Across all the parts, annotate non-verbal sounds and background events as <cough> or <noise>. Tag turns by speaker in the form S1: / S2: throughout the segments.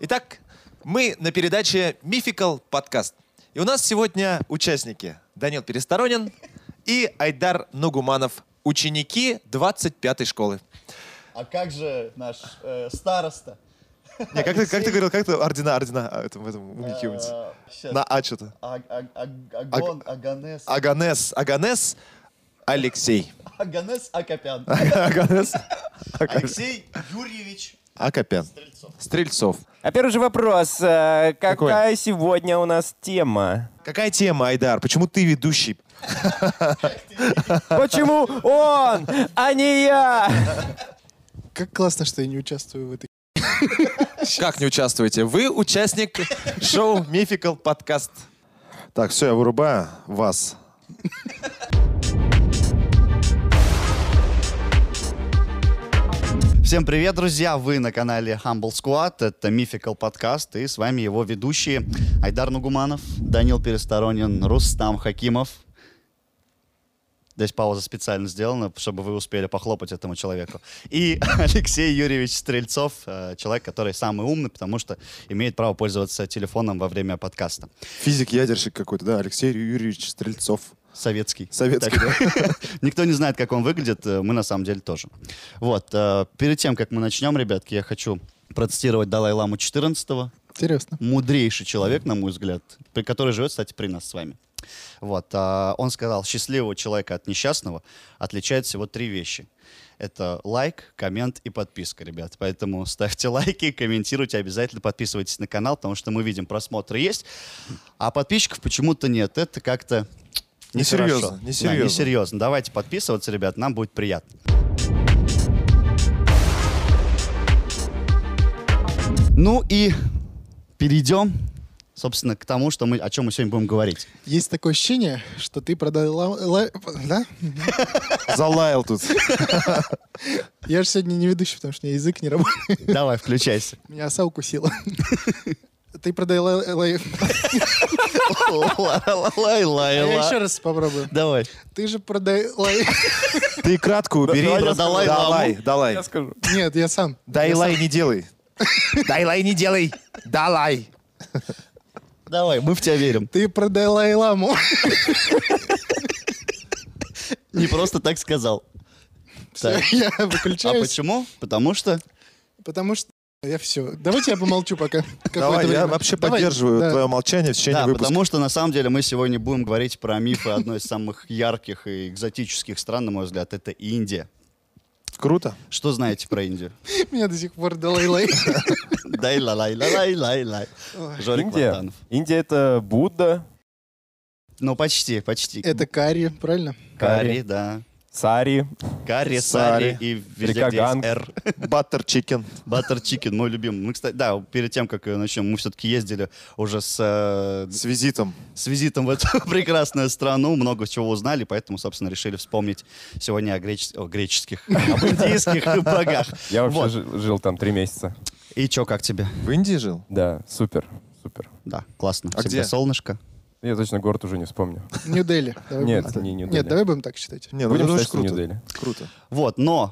S1: Итак, мы на передаче Мификал подкаст. И у нас сегодня участники Данил Пересторонин и Айдар Нугуманов, ученики 25-й школы.
S2: А как же наш э, староста?
S1: Не, как, ты, как ты говорил, как ты ордена, ордена а, в этом, в этом умнике какие-нибудь? На
S2: Сейчас.
S1: А что-то.
S2: Агон, Аганес.
S1: Аганес, Аганес Алексей.
S2: Аганес Акопян.
S1: Аганес А Ака-
S2: Алексей Юрьевич
S1: Акопян.
S2: Стрельцов.
S1: Стрельцов.
S3: А первый же вопрос. э, Какая
S1: Какой?
S3: сегодня у нас тема?
S1: Какая тема, Айдар? Почему ты ведущий?
S3: Почему он, а не я?
S4: Как классно, что я не участвую в этой.
S1: Как не участвуете? Вы участник шоу Мификал подкаст. Так, все, я вырубаю вас.
S2: Всем привет, друзья! Вы на канале Humble Squad, это Мификал подкаст, и с вами его ведущие Айдар Нугуманов, Данил Пересторонин, Рустам Хакимов. Здесь пауза специально сделана, чтобы вы успели похлопать этому человеку. И <laughs> Алексей Юрьевич Стрельцов, э, человек, который самый умный, потому что имеет право пользоваться телефоном во время подкаста.
S1: Физик-ядерщик какой-то, да, Алексей Юрьевич Стрельцов.
S2: Советский.
S1: Советский,
S2: Так, <laughs> Никто не знает, как он выглядит, э, мы на самом деле тоже. Вот, э, перед тем, как мы начнем, ребятки, я хочу процитировать Далай-Ламу 14
S4: Интересно.
S2: мудрейший человек, на мой взгляд, при- который живет, кстати, при нас с вами. Вот, а, он сказал, счастливого человека от несчастного отличает всего три вещи. Это лайк, коммент и подписка, ребят. Поэтому <laughs> ставьте лайки, комментируйте, обязательно подписывайтесь на канал, потому что мы видим, просмотры есть, а подписчиков почему-то нет. Это как-то
S1: Несерьезно,
S2: нехорошо. Да,
S1: несерьезно.
S2: несерьезно. Давайте подписываться, ребят, нам будет приятно. Ну и перейдем, собственно, к тому, что мы, о чем мы сегодня будем говорить.
S4: Есть такое ощущение, что ты продала... ла- Да?
S1: Залаял тут.
S4: Я же сегодня не ведущий, потому что у меня язык не работает. <laughs>
S2: Давай, включайся.
S4: Меня оса укусила. <laughs> Ты продала... ла- А Я еще
S2: Лай-лай-лай.
S4: раз попробую.
S2: Давай.
S4: Ты же продала...
S1: Ты кратко убери.
S2: Давай, Далай Ламу.
S1: Давай, давай.
S3: Я скажу.
S4: <laughs> Нет, я сам.
S1: Дай лай не делай. Дай лай не делай. Далай.
S2: Давай, мы в тебя верим.
S4: Ты продала <laughs> ламу.
S2: Не просто так сказал.
S4: Все,
S2: Так.
S4: я
S2: А
S4: выключаюсь.
S2: почему? Потому что...
S4: Потому что я все. Давайте я помолчу пока. <laughs> какое-то
S1: Давай, я
S4: время.
S1: вообще
S4: Давай,
S1: поддерживаю
S4: да.
S1: твое молчание в течение
S2: Да,
S1: выпуска.
S2: потому что на самом деле мы сегодня будем говорить про мифы одной из самых ярких и экзотических стран, на мой взгляд, это Индия.
S1: Круто.
S2: Что знаете про Индию?
S4: <laughs> Меня до сих пор далай-лай.
S2: Дай ла лай ла лай лай лай. Жорик
S3: Индия.
S2: Платанов.
S3: Индия это Будда,
S2: Ну, почти, почти.
S4: Это карри, правильно?
S2: Карри, да.
S3: Сари.
S2: Карри,
S1: Сари.
S2: сари и везде,
S3: Река
S2: где есть
S3: Ганг.
S2: «Р».
S1: Баттер чикен.
S2: Баттер чикен, мой любимый. Мы, кстати, да, перед тем, как э, начнем, мы все-таки ездили уже с, э,
S1: С визитом.
S2: с визитом в эту <laughs> прекрасную страну, много чего узнали, поэтому, собственно, решили вспомнить сегодня о, греч- о греческих, об индийских богах.
S3: Я вообще
S2: Вот.
S3: жи- жил там три месяца.
S2: И чё, как тебе?
S1: В Индии жил?
S3: Да, супер, супер.
S2: Да, классно.
S1: А
S2: Всегда
S1: где?
S2: солнышко.
S3: Я точно город уже не вспомню.
S4: Нью-Дели. Давай
S3: Нет,
S4: будем так.
S3: не Нью-Дели.
S4: Нет, давай будем так считать.
S1: Не, ну
S3: Будем
S1: это
S3: считать, что Нью-Дели.
S1: Круто.
S2: Вот, но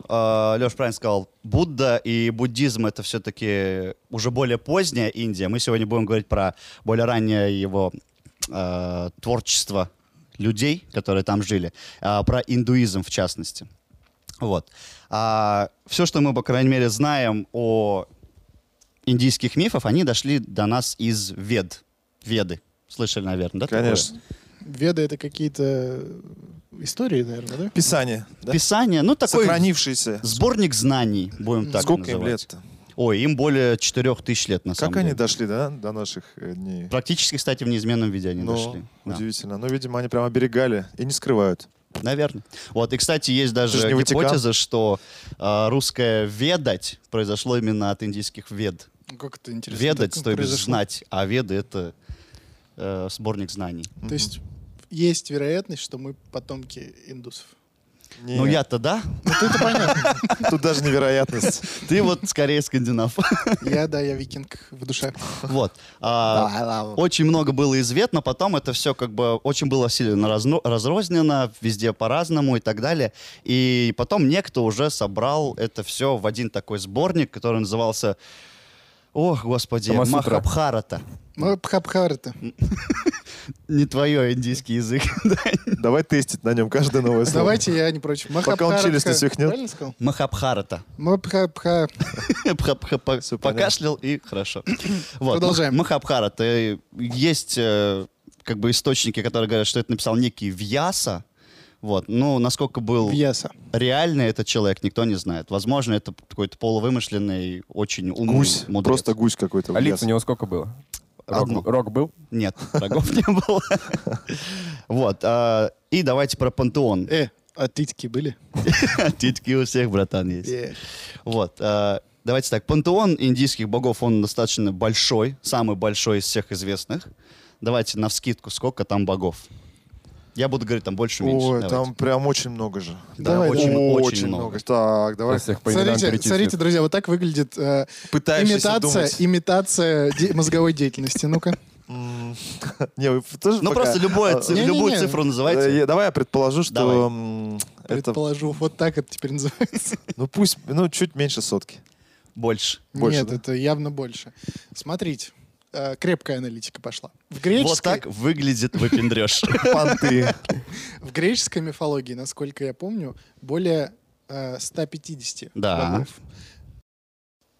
S2: Леш правильно сказал, Будда и буддизм это все-таки уже более поздняя Индия. Мы сегодня будем говорить про более раннее его э, творчество людей, которые там жили, а, про индуизм в частности. Вот. все, что мы, по крайней мере, знаем о индийских мифах, они дошли до нас из Вед. Веды. Слышали, наверное, да? такое?
S1: Конечно.
S4: Веды это какие-то истории, наверное, да?
S1: Писание. да?
S2: Писание, ну такой
S1: Сохранившиеся.
S2: сборник знаний, будем так
S1: Сколько им
S2: называть.
S1: лет-то?
S2: Ой, им более 4000 лет, на самом
S1: Как они
S2: деле.
S1: дошли, да, до наших э, дней?
S2: Практически, кстати, в неизменном виде они
S1: Ну,
S2: дошли. Да.
S1: Удивительно. Но, видимо, они прям оберегали и не скрывают.
S2: Наверное. Вот, и, кстати, есть
S1: Это
S2: даже
S1: же не Ватикан.
S2: гипотеза, что э, русское «ведать» произошло именно от индийских «вед».
S4: Ну, Как это интересно.
S2: «Ведать»
S4: так
S2: то есть
S4: произошло.
S2: «знать», а «веды» — это э, сборник знаний.
S4: То есть есть вероятность, что мы потомки индусов.
S1: Не,
S2: Ну,
S1: <laughs>
S2: я-то да.
S1: Тут даже невероятность.
S2: <laughs> Ты вот скорее скандинав.
S4: Я, да, я викинг в душе.
S2: Вот. А, Очень много было извет, но потом это все как бы очень было сильно разно- разрознено, везде по-разному и так далее. И потом некто уже собрал это все в один такой сборник, который назывался Ох, господи,
S3: Камасутра.
S2: Махабхарата.
S4: Ну, Пхабхарата.
S2: Не твое индийский язык. <laughs>
S1: Давай тестить на нем каждое новое слово.
S4: Давайте, я не против.
S1: Пока он челюсть не
S4: Махабхаратка.
S1: свихнет.
S4: Правильно сказал?
S2: Махабхарата.
S4: Махабха...
S2: <laughs> Пха-пха-па- Покашлял и хорошо. <coughs> Вот,
S4: Продолжаем.
S2: Мах- Махабхарата. Э, Есть э, как бы источники, которые говорят, что это написал некий Вьяса. Вот. Ну, насколько был
S4: Вьяса.
S2: реальный этот человек, никто не знает. Возможно, это какой-то полувымышленный, очень умный
S1: Гусь.
S2: мудрец.
S1: Просто гусь какой-то.
S3: А
S1: в
S3: лиц у
S1: лес.
S3: него сколько было? Рок,
S2: Одно.
S3: рок был?
S2: Нет, врагов <laughs> не было. Вот. а, И давайте про пантеон.
S4: Э, а ты такие были?
S2: <laughs> Титьки у всех, братан, есть.
S4: Э.
S2: Вот. а, Давайте так. Пантеон индийских богов, он достаточно большой. Самый большой из всех известных. Давайте на вскидку, сколько там богов. Я буду говорить, там больше, меньше.
S1: Ой,
S2: Давайте.
S1: там прям очень много же.
S2: Да,
S4: давай,
S2: очень,
S1: О,
S2: очень много.
S1: Так, давай.
S3: Сейчас всех по именам
S4: Смотрите,
S3: перечислю.
S4: смотрите, друзья, вот так выглядит э,
S1: Пытаешься
S4: имитация,
S1: думать.
S4: имитация де- мозговой деятельности. Ну-ка.
S1: М, <laughs> Не, вы тоже
S2: Ну,
S1: пока- а,
S2: просто любое ци-
S4: Не-не-не.
S2: любую цифру
S1: Э,
S2: называйте.
S1: я- Давай я предположу,
S2: Давай.
S1: что м, это...
S4: Предположу, вот так это теперь называется.
S1: Ну пусть, ну чуть меньше сотки.
S2: Больше.
S1: Больше,
S4: Нет,
S1: да?
S4: это явно больше. Смотрите, э, крепкая аналитика пошла. В
S2: Вот
S4: греческой,
S2: так выглядит выпендрешь.
S1: Понты.
S4: в греческой мифологии, насколько я помню, более э, 150
S2: Да.
S4: богов.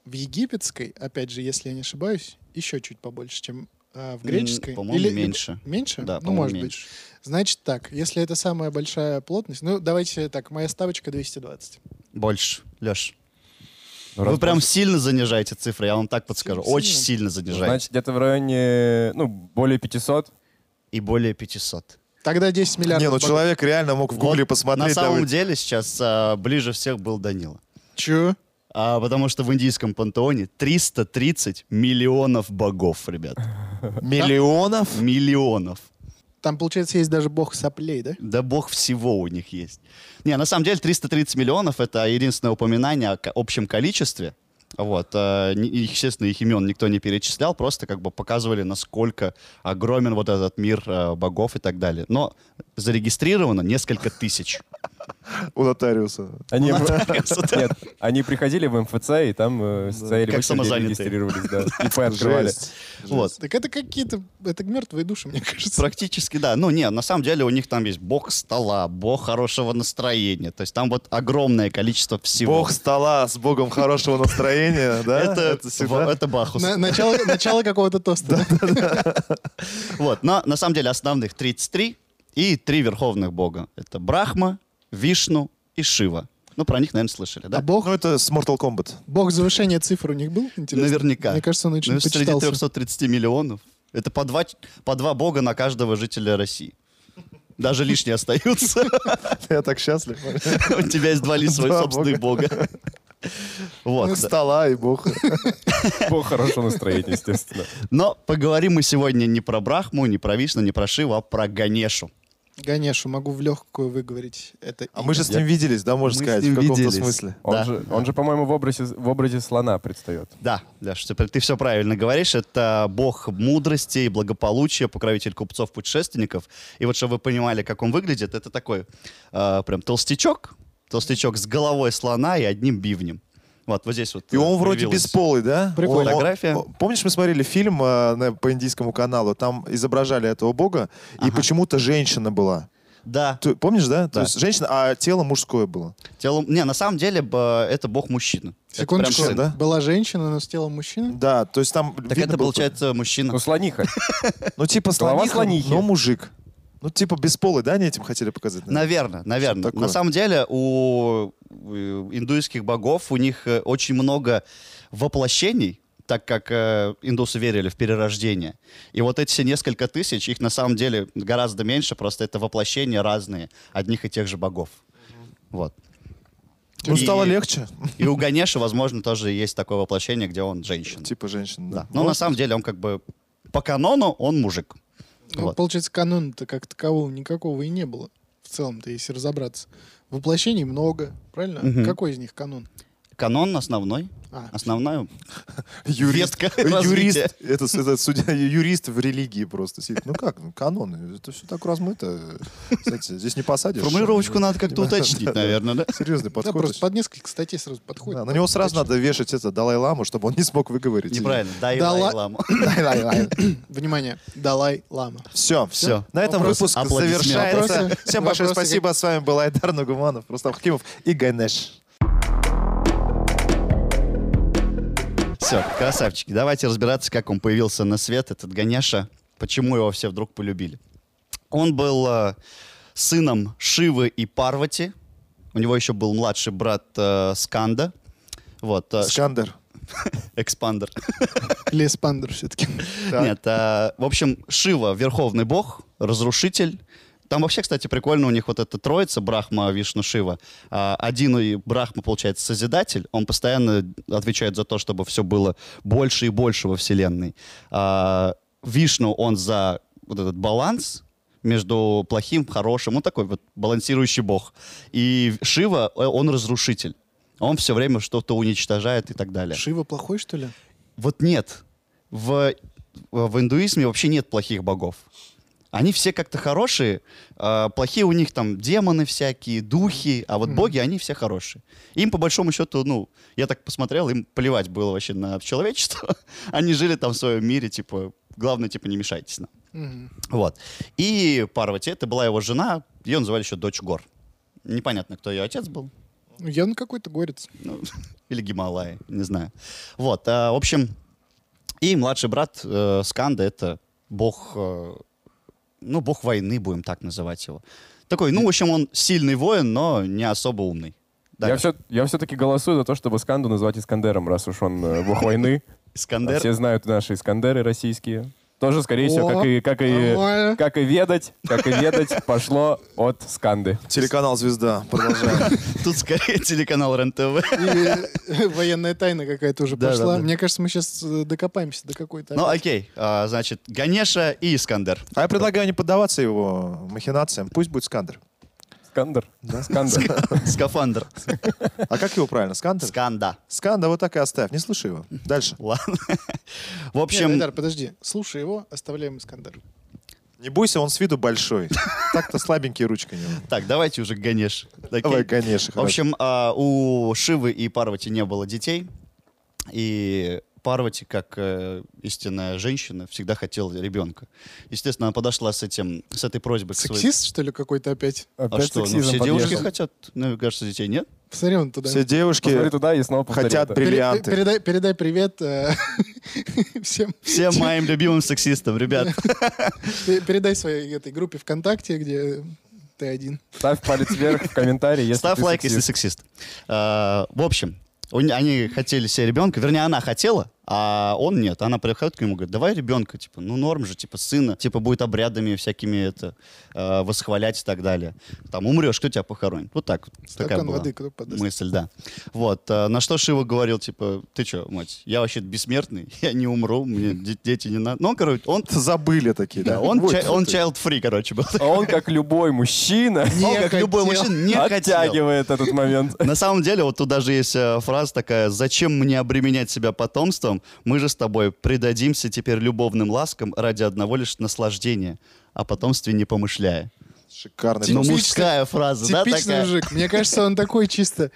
S4: В египетской, опять же, если я не ошибаюсь, еще чуть побольше, чем э, в греческой.
S2: М, По-моему,
S4: Или-
S2: меньше.
S4: Меньше?
S2: Да,
S4: ну,
S2: по-моему,
S4: может быть.
S2: меньше.
S4: Значит так, если это самая большая плотность, ну, давайте так, моя ставочка 220.
S2: Больше. Леш,
S3: Ну,
S2: вы
S3: раз
S2: прям
S3: больше.
S2: сильно занижаете цифры, я вам так подскажу.
S4: Сильно.
S2: Очень сильно занижаете.
S3: Значит, где-то в районе, ну, более 500.
S2: И более 500.
S4: Тогда 10 миллиардов.
S1: Не, ну
S4: богов.
S1: человек реально мог в гугле
S2: Вот А На
S1: посмотреть.
S2: самом
S1: давай.
S2: деле сейчас а, ближе всех был Данила.
S4: Чё?
S2: А, потому что в индийском пантеоне 330 миллионов
S1: <laughs>
S2: богов, ребят.
S1: Миллионов?
S2: Миллионов.
S4: Там, получается, есть даже бог соплей, да?
S2: Да бог всего у них есть. Не, на самом деле 330 миллионов — это единственное упоминание о ко- общем количестве. Вот. а, не- и, Естественно, их имен никто не перечислял, просто как бы показывали, насколько огромен вот этот мир а, богов и так далее. Но зарегистрировано несколько тысяч.
S1: У нотариуса.
S3: Они, <laughs>
S2: Как
S3: нет, они приходили в МФЦ, и там э, стояли
S2: Как
S3: в очереди,
S2: самозанятые.
S3: регистрировались, да. ИП
S1: <laughs>
S3: открывали.
S1: Жесть.
S2: Вот.
S4: Так это какие-то... Это мертвые души, мне кажется.
S2: Практически, да. Ну, не, на самом деле у них там есть бог стола, бог хорошего настроения. То есть там вот огромное количество всего.
S1: Бог стола с богом хорошего <laughs> настроения, да?
S2: это,
S1: всегда-
S2: во- это Бахус.
S4: На- начало, начало какого-то тоста. да?
S2: Вот, но на самом деле основных 33 и три верховных бога. Это Брахма, Вишну и Шива. Ну, про них, наверное, слышали,
S4: А
S2: да?
S4: бог,
S1: Ну, это с Mortal Kombat.
S4: бог завышения цифр у них был? Интересно.
S2: Наверняка.
S4: Мне кажется, он очень
S2: Ну, среди
S4: почитался.
S2: 330 миллионов. Это по два, по два бога на каждого жителя России. Даже лишние остаются.
S1: <laughs> Я так счастлив.
S2: <laughs> У тебя есть два ли своих
S1: Два Ну,
S2: собственных бога. Вот.
S1: Стола и бог.
S3: По хорошему настроению, естественно.
S2: Но поговорим мы сегодня не про Брахму, не про Вишну, не про Шиву, а про Ганешу.
S4: Ганешу могу в легкую выговорить. Это
S1: А
S4: имя.
S1: мы же с ним виделись, да, можно
S2: Мы с
S1: сказать,
S2: ним
S1: в каком-то
S2: виделись.
S1: смысле.
S3: Он,
S2: Да.
S3: же, он же, по-моему, в образе, в образе слона предстает.
S2: Да, Леш, ты, ты все правильно говоришь. Это бог мудрости и благополучия, покровитель купцов-путешественников. И вот, чтобы вы понимали, как он выглядит, это такой э, прям толстячок. Толстячок с головой слона и одним бивнем. Вот, вот здесь вот.
S1: И
S2: э,
S1: он вроде
S2: появилось.
S1: бесполый, да?
S4: Прикольно.
S1: Он- он-
S2: Фотография.
S1: о, Помнишь, мы смотрели фильм э, на- по индийскому каналу, там изображали этого бога, и почему-то женщина была.
S2: Да.
S1: Ты помнишь, да? То
S2: Да.
S1: есть женщина, а тело мужское было.
S2: Телом... Не, на самом деле б- это бог-мужчина. Это прям
S4: Секундочку,
S2: сын.
S1: да?
S4: была женщина, но с телом мужчины.
S1: Да, то есть там...
S2: Так
S1: видно
S2: это,
S1: было-
S2: получается, мужчина.
S3: Ну, слониха.
S1: Ну, типа
S3: голова
S1: слониха,
S3: слонихи.
S1: но мужик. Ну, типа бесполый, да, они этим хотели показать? наверное?
S2: Наверное, наверное.
S1: такое.
S2: На самом деле у э, индуистских богов у них э, очень много воплощений, так как э, индусы верили в перерождение. И вот эти все несколько тысяч, их на самом деле гораздо меньше, просто это воплощения разные одних и тех же богов. Вот.
S1: Ну,
S2: И-
S1: стало легче.
S2: И у Ганеша, возможно, тоже есть такое воплощение, где он женщина.
S1: Типа женщина.
S2: Да. Ну, Но на самом деле он как бы по канону он мужик.
S4: Ну,
S2: Вот.
S4: получается, канона-то как такового никакого и не было. В целом-то, если разобраться. Воплощений много, правильно?
S2: Мгм.
S4: Какой из них канон?
S2: канон основной.
S4: А,
S2: Основная
S1: Юрист.
S2: ветка <laughs>
S1: Юрист.
S2: развития.
S1: Это, с- это судья, юрист в религии просто сидит. Ну как, ну каноны, это все так размыто. Знаете, здесь не посадишь.
S2: Формулировочку надо как-то
S1: Понимаю. <laughs>
S2: уточнить,
S1: Да, да.
S2: наверное, да?
S1: Серьезный
S4: да,
S1: подход.
S4: просто под несколько статей сразу подходит.
S1: Да, на него сразу
S4: Точно.
S1: надо вешать это Далай-Ламу, чтобы он не смог выговорить. <laughs>
S2: Неправильно.
S4: Дала-
S2: Дай-лай-ламу.
S4: Внимание, Далай-Лама.
S1: Все,
S2: Всё.
S1: На этом
S4: Вопросы?
S1: выпуск
S2: Аплодисменты.
S1: завершается.
S4: Вопросы?
S1: Всем большое
S4: Вопросы
S1: спасибо. С вами был Айдар Нугуманов, Рустам Хакимов и Гайнеш.
S2: Все, красавчики, давайте разбираться, как он появился на свет, этот Ганеша, почему его все вдруг полюбили. Он был э, сыном Шивы и Парвати, у него еще был младший брат э, Сканда, вот, э,
S1: Скандер.
S2: Экспандер.
S4: Или Эспандер все-таки.
S1: Так.
S2: Нет, а, в общем, Шива — верховный бог, разрушитель. Там вообще, кстати, прикольно у них вот эта троица Брахма, Вишну, Шива. А, один и Брахма, получается, Созидатель. Он постоянно отвечает за то, чтобы все было больше и больше во Вселенной. А, Вишну, он за вот этот баланс между плохим, хорошим. Он такой вот балансирующий бог. И Шива, э, он разрушитель. Он все время что-то уничтожает и так далее.
S4: Шива плохой, что ли?
S2: Вот нет. В, в индуизме вообще нет плохих богов. Они все как-то хорошие. а плохие у них там демоны всякие, духи, а вот боги, они все хорошие. Им, по большому счету, ну, я так посмотрел, им плевать было вообще на человечество. <laughs> Они жили там в своем мире, типа, главное, типа, не мешайтесь нам.
S4: Мгм.
S2: Вот. И Парвати, это была его жена, ее называли еще Дочь Гор. Непонятно, кто ее отец был.
S4: Ну, Явно какой-то горец.
S2: Ну, <laughs> или Гималаи, не знаю. Вот, а, в общем, и младший брат э, Сканда — это бог, э, ну, бог войны, будем так называть его. Такой, ну, в общем, он сильный воин, но не особо умный. <laughs> Да,
S3: Я, все, я все-таки голосую за то, чтобы Сканду назвать Искандером, раз уж он э, бог войны. А
S2: Искандер.
S3: Все знают наши Искандеры российские. Тоже, скорее всего,
S4: О,
S3: как и, как, и,
S4: нормально.
S3: как и ведать, как и ведать, пошло от Сканды.
S1: Телеканал «Звезда». Продолжаем.
S2: <laughs> Тут скорее телеканал РЕН-ТВ.
S4: Или <laughs> военная тайна какая-то уже
S2: Да, да,
S4: пошла.
S2: да.
S4: Мне кажется, мы сейчас докопаемся до какой-то.
S2: Ну, окей, а, значит, Ганеша и Искандер.
S1: А я предлагаю не поддаваться его махинациям. Пусть будет Скандер.
S3: Скандер? Скандер.
S2: Скафандр.
S1: А как его правильно? Скандер?
S2: Сканда.
S1: Сканда вот так и оставь. Не слушай его. Дальше.
S2: Ладно. В
S4: Нет,
S2: общем,
S4: Айдар, подожди. Слушай его, оставляем Искандер.
S1: Не бойся, он с виду большой. Так-то слабенькие ручки у него.
S2: так, давайте уже к Ганеше.
S1: Давай,
S2: Окей.
S1: конечно.
S2: В общем, а, у Шивы и Парвати не было детей, и Парвати, как э, истинная женщина, всегда хотела ребенка. Естественно, она подошла с этим, с этой просьбой. к своей-
S4: Сексист, что ли, какой-то опять?
S2: А
S3: Опять
S2: что, ну,
S3: сексизм
S2: все девушки
S3: подъехал.
S2: хотят, ну, мне кажется, детей нет?
S4: Посмотри он туда.
S1: все
S3: Посмотри
S1: девушки
S3: туда и снова повтори
S1: хотят
S3: это.
S1: бриллианты.
S4: Пере- э, передай, передай привет э, <laughs> всем.
S2: Всем моим любимым сексистам, ребят.
S4: Пе- Передай своей этой группе ВКонтакте, где ты один.
S3: Ставь палец вверх в комментарии, если
S2: Ставь
S3: ты
S2: лайк, если
S3: сексист.
S2: сексист. А, В общем, у не- они хотели себе ребенка, вернее, она хотела, а он нет. Она приходит к нему и говорит, давай ребенка, типа, ну норм же, типа, сына, типа, будет обрядами всякими это, э, восхвалять и так далее. Там, умрешь, кто тебя похоронит? Вот так вот. Такая
S4: Стакан
S2: была
S4: воды, кто подаст.
S2: мысль, да. Вот, а, на что Шива говорил, типа, ты что, мать, я вообще бессмертный, <laughs> я не умру, мне де- дети не надо. Ну, он, короче, он,
S1: забыли такие.
S2: да, он,
S1: Вот
S2: чай- он
S1: ты.
S2: child-free, короче, был.
S3: А он, как любой мужчина,
S2: он, как любой
S4: хотел.
S2: мужчина, не хотел.
S3: оттягивает этот момент.
S2: На самом деле, вот тут даже есть э, фраза такая, зачем мне обременять себя потомством, мы же с тобой предадимся теперь любовным ласкам ради одного лишь наслаждения, о потомстве не помышляя.
S1: Шикарный.
S2: Ну,
S4: Типичный-
S2: мужская фраза, да,
S4: Типичный
S2: такая?
S4: мужик. Мне кажется, он такой чисто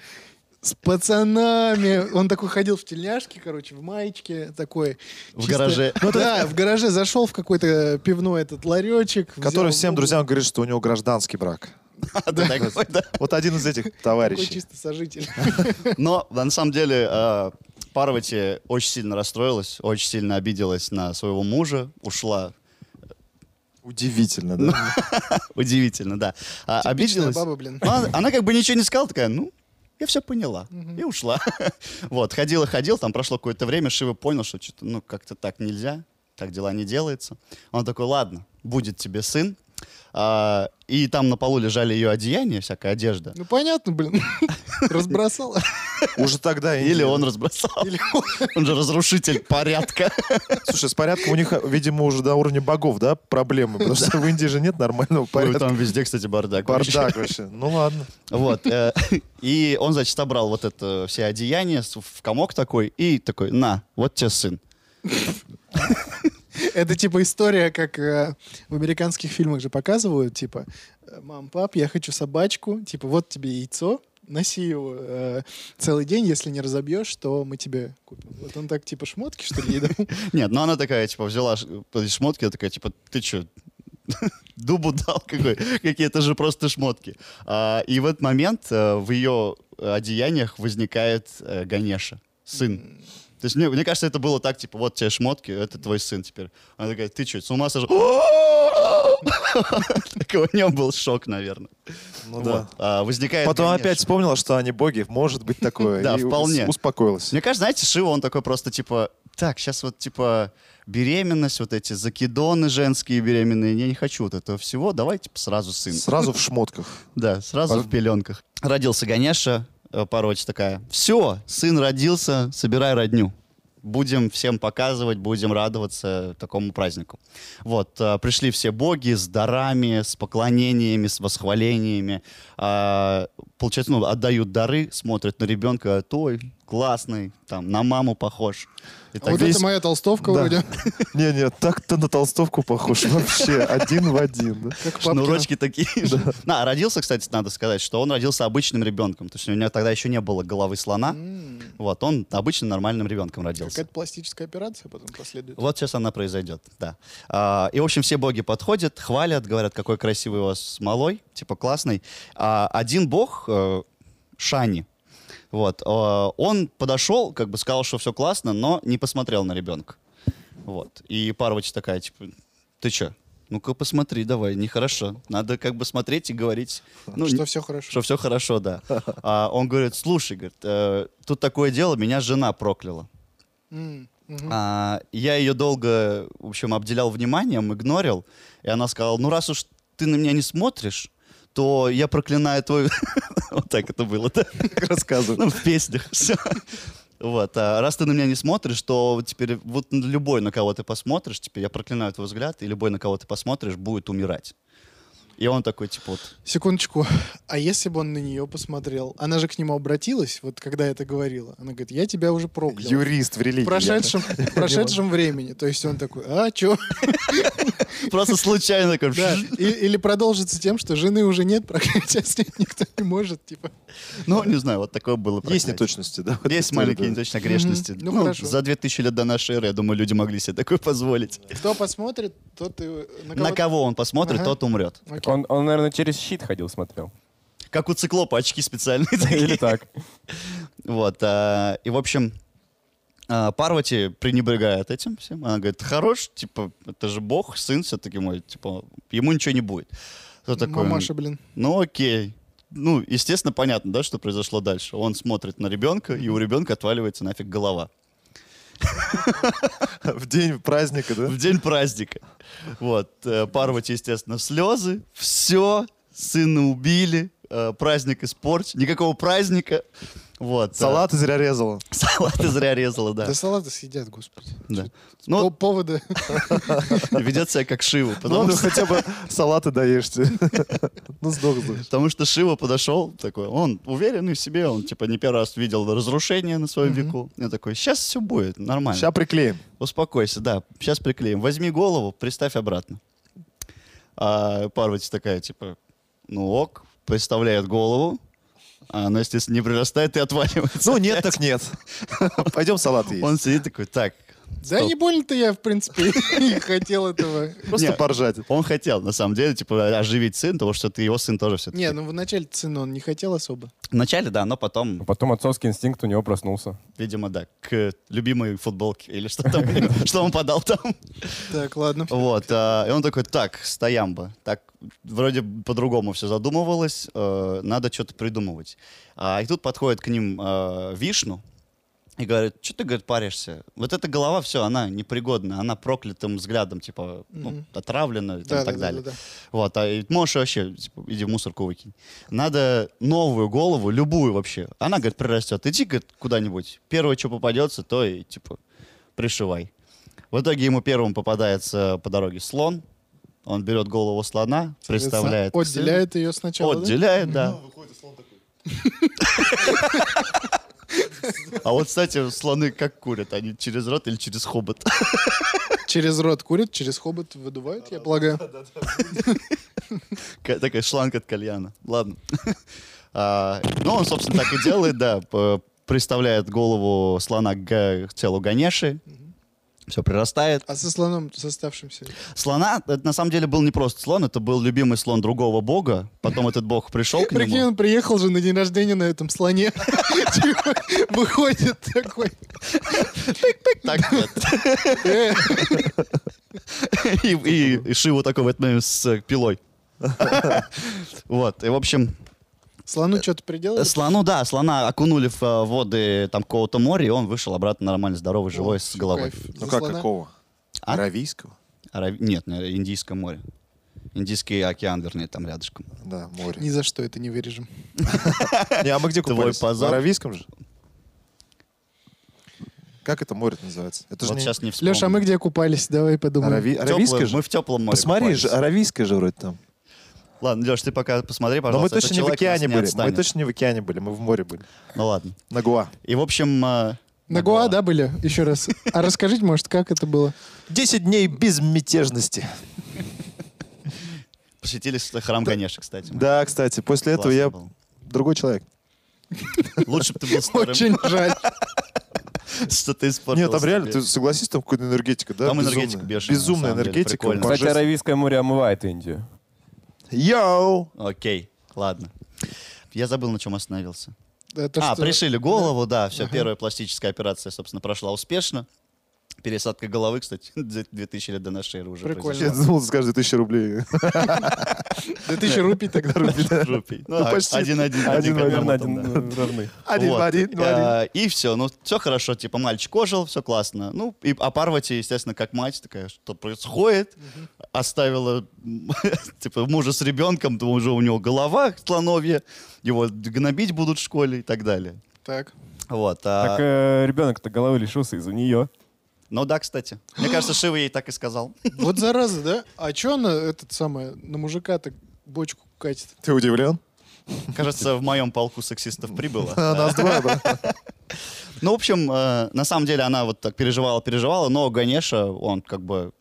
S4: с пацанами. Он такой ходил в тельняшке, короче, в маечке такой.
S2: В гараже.
S4: Ну да, в гараже зашел в какой-то пивной этот ларечек.
S1: Который
S4: взял
S1: всем
S4: бубу.
S1: друзьям говорит, что у него гражданский брак.
S2: А ты такой, <laughs> да.
S1: Вот один из этих
S4: Такой
S1: товарищей.
S4: чисто сожитель.
S2: Но на самом деле э, Парвати очень сильно расстроилась, очень сильно обиделась на своего мужа, ушла.
S1: Удивительно, да?
S2: Удивительно, да. А,
S4: Типичная
S2: Обиделась.
S4: баба, блин.
S2: Ну, Она, она как бы ничего не сказала, такая, ну, я все поняла. И ушла. <laughs> Вот, ходила-ходила, там прошло какое-то время, Шива понял, что чё-то, ну, как-то так нельзя, так дела не делаются. Он такой, ладно, будет тебе сын. А, и там на полу лежали ее одеяния, всякая одежда.
S4: Ну понятно, блин. <laughs> Разбросал.
S1: Уже тогда
S2: Или
S1: Индия.
S2: он разбросал. Он же разрушитель порядка.
S1: Слушай, с порядком у них, видимо, уже до уровня богов, да, проблемы. Потому что в Индии же нет нормального
S2: Ой,
S1: порядка.
S2: Там везде, кстати, бардак.
S1: Бардак вообще. Ну ладно.
S2: Вот. э, <laughs> И он, значит, собрал вот это все одеяние с- в комок такой и такой, на, вот тебе сын.
S4: Это типа история, как э, в американских фильмах же показывают, типа, э, мам, пап, я хочу собачку, типа, вот тебе яйцо, носи его э, целый день, если не разобьешь, то мы тебе купим. Вот он так, типа, шмотки, что ли, ей дал?
S2: Нет, ну она такая, типа, взяла ш- эти шмотки, она такая, типа, ты чё, <laughs> дубу дал какой? Какие-то же просто шмотки. А, И в этот момент э, в ее одеяниях возникает э, Ганеша, сын. То есть мне, мне кажется, это было так, типа, вот тебе шмотки, это твой сын теперь. Она такая, ты чё, с ума сошел? <laughs> Такой у нее был шок, наверное.
S1: Ну
S2: Вот. А, Возникает
S1: Потом
S2: Ганеша.
S1: опять вспомнила, что они боги. Может быть такое.
S2: <laughs> Да,
S1: И
S2: вполне.
S1: ус- Успокоилась.
S2: Мне кажется, знаете, Шива, он такой просто типа, так, сейчас вот типа беременность, вот эти закидоны женские беременные, я не хочу вот этого всего, давай типа сразу сын.
S1: Сразу в шмотках.
S2: Да, сразу
S3: Пар-
S2: в пеленках. Родился Ганеша, э, Пародич такая, все, сын родился, собирай родню. Будем всем показывать, будем радоваться такому празднику. Вот, э, пришли все боги с дарами, с поклонениями, с восхвалениями. А, получается, ну, отдают дары, смотрят на ребенка, говорят, ой, классный, там, на маму похож. И так
S4: А Вот
S2: далее.
S4: это моя толстовка
S1: Да.
S2: <laughs>
S4: вроде.
S1: Не, не, так-то на толстовку похож вообще. Один в один. да.
S4: Как папкина.
S2: Шнурочки такие
S4: <laughs>
S2: же. На, а родился, кстати, надо сказать, что он родился обычным ребенком. То есть у него тогда еще не было головы слона.
S4: М,
S2: Вот, он обычным нормальным ребенком родился.
S4: Какая-то пластическая операция потом последует.
S2: Вот сейчас она произойдет, да. А, и, в общем, все боги подходят, хвалят, говорят, какой красивый у вас малой, типа классный. А один бог, э, Шани, вот, э, он подошел, как бы сказал, что все классно, но не посмотрел на ребенка. Вот. И Парвач такая, типа, ты че? Ну-ка посмотри, давай, нехорошо. Надо как бы смотреть и говорить. Ну,
S4: Что все хорошо.
S2: что все хорошо, да. А он говорит, слушай, говорит, «э, тут такое дело, меня жена прокляла.
S4: М, мгм.
S2: А, я ее долго, в общем, обделял вниманием, игнорил, и она сказала, ну раз уж ты на меня не смотришь, то я проклинаю твою... <laughs> Вот так это было, да?
S1: Рассказывай.
S2: Ну, в песнях. <laughs> Всё. Вот, а раз ты на меня не смотришь, то теперь вот любой, на кого ты посмотришь, теперь я проклинаю твой взгляд, и любой, на кого ты посмотришь, будет умирать. И он такой, типа, вот,
S4: Секундочку. А если бы он на нее посмотрел? Она же к нему обратилась, вот когда это говорила. Она говорит, я тебя уже проклял.
S1: Юрист в религии.
S2: <laughs>
S4: В прошедшем, в прошедшем времени. То есть он такой, а, чё?
S2: просто случайно такой,
S4: Да. И- или продолжится тем, что жены уже нет, <laughs> проклятия снять никто не может, типа.
S2: <laughs> ну, не знаю, вот такое было.
S1: Есть
S2: проклятие.
S1: неточности, да? в этой
S2: Есть
S1: истории,
S2: маленькие
S1: да.
S2: неточно грешности.
S4: Мгм. Ну, хорошо.
S2: за 2000 лет до нашей эры, я думаю, люди могли себе такое <laughs> позволить.
S4: Кто посмотрит, тот и... На
S2: На
S4: А кого?
S2: кого он посмотрит,
S4: Ага.
S2: тот умрет.
S4: Окей.
S3: Он, он, наверное, через щит ходил, смотрел.
S2: Как у циклопа, очки специальные <laughs> такие.
S3: Или так.
S2: Вот. а, И, в общем, а, Парвати пренебрегает этим всем. Она говорит, хорош, типа, это же бог, сын все-таки мой, типа, ему ничего не будет. Кто такой?
S4: Мамаша, блин.
S2: Ну, окей. Ну, естественно, понятно, да, что произошло дальше. Он смотрит на ребенка, и у ребенка отваливается нафиг голова.
S1: В день праздника, да?
S2: В день праздника. Вот. э, Парвати, естественно, слезы. Все. Сына убили. э, Праздник испорчен. Никакого праздника. Вот.
S1: Салат зря резала.
S2: э, Салат ты зря резала, да.
S4: Да салаты съедят, господи.
S2: Да.
S4: По
S2: Ну,
S4: повода.
S2: <laughs> ведет себя как Шива.
S1: Ну,
S2: Потому,
S1: ну,
S2: что,
S1: хотя бы салаты доешьте. <laughs> Ну, сдох, значит.
S2: потому что Шива подошел такой, он уверенный в себе, он типа не первый раз видел разрушение на своем веку. Я такой, сейчас все будет нормально.
S1: Сейчас приклеим.
S2: Успокойся, да, сейчас приклеим. Возьми голову, приставь обратно. А Парвати такая, типа, ну ок, приставляет голову, а она, естественно, не прирастает и отваливается.
S1: Ну, нет так нет. Пойдем салат есть.
S2: Он сидит такой, так,
S4: Да
S2: Стоп.
S4: не больно-то я, в принципе, <laughs> и хотел этого.
S1: Просто
S2: не.
S1: поржать.
S2: он хотел, на самом деле, типа, оживить сын, потому что ты его сын тоже все-таки.
S4: Не, ну в начале цену он не хотел особо.
S2: Вначале, да, но потом,
S3: Потом отцовский инстинкт у него проснулся.
S2: видимо, да, к любимой футболке или что там, <laughs> что он подал там.
S4: Так, ладно.
S2: <laughs> Вот, а, и он такой, так, стоямба, так, вроде по-другому все задумывалось, э, надо что-то придумывать. А, и тут подходит к ним э, Вишну, И говорит, что ты, говорит, паришься? Вот эта голова, все, она непригодна, она проклятым взглядом, типа, ну,
S4: Мгм.
S2: отравлена и там
S4: Да,
S2: так
S4: да, да,
S2: далее.
S4: да, да.
S2: Вот, а и можешь вообще, типа, иди в мусорку выкинь. Надо новую голову, любую вообще. Она, говорит, прирастет. Иди, говорит, куда-нибудь. Первое, что попадется, то и, типа, пришивай. В итоге ему первым попадается по дороге слон. Он берет голову слона, представляет. к сыну.
S4: Отделяет ее сначала. да?
S2: Отделяет, да. <laughs> А вот, кстати, слоны как курят? Они через рот или через хобот?
S4: Через рот курит, через хобот выдувают, я полагаю.
S2: Ка- Такая шланг от кальяна. Ладно. <laughs> А, Ну, он, собственно, так и делает, да. п- Приставляет голову слона к га- к телу Ганеши. Все прирастает.
S4: А со слоном, с оставшимся.
S2: Слона, это на самом деле был не просто слон, это был любимый слон другого бога. Потом этот бог пришел к
S4: Прикинь,
S2: нему.
S4: он приехал же на день рождения на
S2: <laughs>
S4: этом слоне. Типа, Выходит такой.
S2: Так вот.
S4: «Э,
S2: И, и- и Шиву такой в этот момент с э, пилой. <laughs> Вот, и в общем,
S4: Слону что-то приделали?
S2: слону, Э, ну да, слона окунули в э, воды там какого-то моря, и он вышел обратно нормально, здоровый, живой,
S4: О,
S2: с
S4: всё,
S2: головой.
S4: кайф. За
S1: Ну как,
S4: слона?
S1: какого?
S2: А?
S1: Аравийского?
S2: Араби- Нет, наверное, Индийское море. Индийский океан, вернее, там рядышком.
S1: Да,
S4: Ни
S1: море.
S4: за что это не вырежем.
S1: Не, а мы где
S2: Твой
S1: купались? В
S2: позор.
S1: Аравийском же? Как это море называется? Это же
S2: вот
S1: не-
S2: сейчас не вспомню.
S4: Леша, а мы где купались? Давай подумаем.
S1: Арави-
S2: В
S1: Аравийское
S2: тёплом-
S1: же?
S2: Мы в теплом море.
S1: Посмотри,
S2: купались.
S1: же, аравийское же вроде там.
S2: Ладно, Леш, ты пока посмотри,
S1: Но мы
S2: пожалуйста. этот
S1: точно не в
S2: человек нас
S1: океане были. Мы
S2: отстанет.
S1: точно не в океане были, мы в море были.
S2: Ну ладно.
S1: На Гуа.
S2: И в общем... э,
S4: На Гоа, да, были? Еще раз. А расскажите, может, как это было?
S1: 10 дней безмятежности.
S2: Посетили с- храм Ганеши, кстати. мы.
S1: Да, кстати, после этого
S2: Классно
S1: я
S2: было.
S1: другой человек.
S2: Лучше бы ты был старым,
S4: Очень жаль.
S2: что ты испортил.
S1: Нет, там реально,
S2: себе.
S1: ты согласись, там какая-то энергетика, да?
S2: Там
S1: безумная?
S2: энергетика бешеная, на
S1: Безумная
S2: самом деле,
S1: энергетика.
S2: прикольно.
S3: Кстати,
S1: божественная.
S3: Аравийское море омывает Индию.
S1: Йоу!
S2: Окей, ладно. Я забыл, на чем остановился.
S4: Это
S2: а,
S4: что-
S2: пришили голову, да, все, первая пластическая операция, собственно, прошла успешно. Пересадка головы, кстати, <laughs> 2000 лет до нашей эры уже
S4: Прикольно.
S1: Я думал, ты скажешь 2000
S4: <laughs>
S1: рублей.
S4: Да тысяча рупий тогда.
S2: произошла. Ну, а,
S1: почти.
S2: Один-один.
S1: Один,
S2: один к
S3: Наверное,
S2: одному там, да.
S3: один равны.
S1: Один,
S2: Вот.
S1: один, один.
S2: А, И все, ну, все хорошо, типа, мальчик ожил, все классно. Ну, и, а Парвати, естественно, как мать, такая, что происходит, оставила, <laughs> м, типа, мужа с ребенком, то уже у него голова слоновья, его гнобить будут в школе и так далее.
S4: Так.
S2: Вот. а-
S3: Так э, ребенок-то головы лишился из-за нее.
S2: Ну да, кстати. Мне кажется, Шива ей так и сказал.
S4: Вот зараза, да? А че она, этот самый, на мужика так бочку катит?
S1: Ты удивлен?
S2: Кажется, в моем полку сексистов прибыло.
S1: <laughs> Нас двое, да?
S2: Ну, в общем, э, на самом деле она вот так переживала, переживала, но Ганеша, он как бы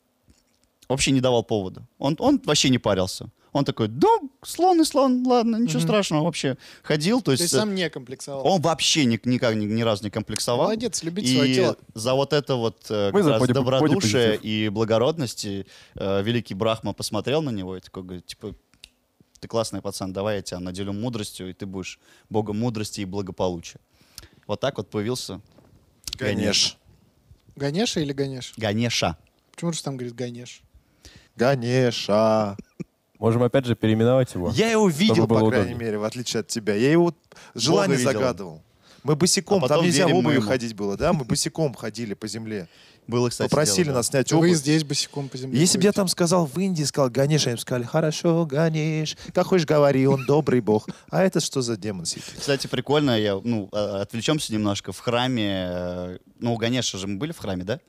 S2: вообще не давал повода. Он, он вообще не парился. Он такой, да, слон и слон, ладно, ничего страшного вообще. Ходил, то
S4: То
S2: есть...
S4: есть сам не комплексовал.
S2: Он вообще ни- никак ни, ни разу не комплексовал.
S4: Молодец, любить
S2: и
S4: свое тело.
S2: за вот это вот э,
S3: Мы
S2: как
S3: за
S2: раз
S3: боди-
S2: добродушие
S3: бодипозитив.
S2: и благородность и, э, великий Брахма посмотрел на него и такой говорит, типа, ты классный пацан, давай я тебя наделю мудростью, и ты будешь богом мудрости и благополучия. Вот так вот появился
S1: Ганеш.
S4: Ганеша или Ганеш?
S2: Ганеша.
S4: Почему же там говорит Ганеш?
S1: Ганеша.
S3: Можем опять же переименовать его.
S1: Я его видел,
S3: было
S1: по крайней
S3: удобно.
S1: мере, в отличие от тебя. Я его желание
S2: видел.
S1: загадывал. Мы босиком,
S2: А
S1: там
S2: потом
S1: нельзя
S2: верим мы
S1: обувью
S2: ему.
S1: ходить было, да? Мы босиком ходили по земле.
S2: Было, кстати,
S1: Попросили
S2: дело, да.
S1: нас снять
S4: Вы
S1: обувь.
S4: здесь босиком по земле.
S1: Если бы я
S4: ходите.
S1: там сказал в Индии, сказал Ганеш, они бы сказали, хорошо, Ганеш, как хочешь говори, он добрый бог. А это что за демон сидит?
S2: Кстати, прикольно, я, ну, э, отвлечемся немножко. В храме, э, ну, у Ганеша же мы были в храме, да?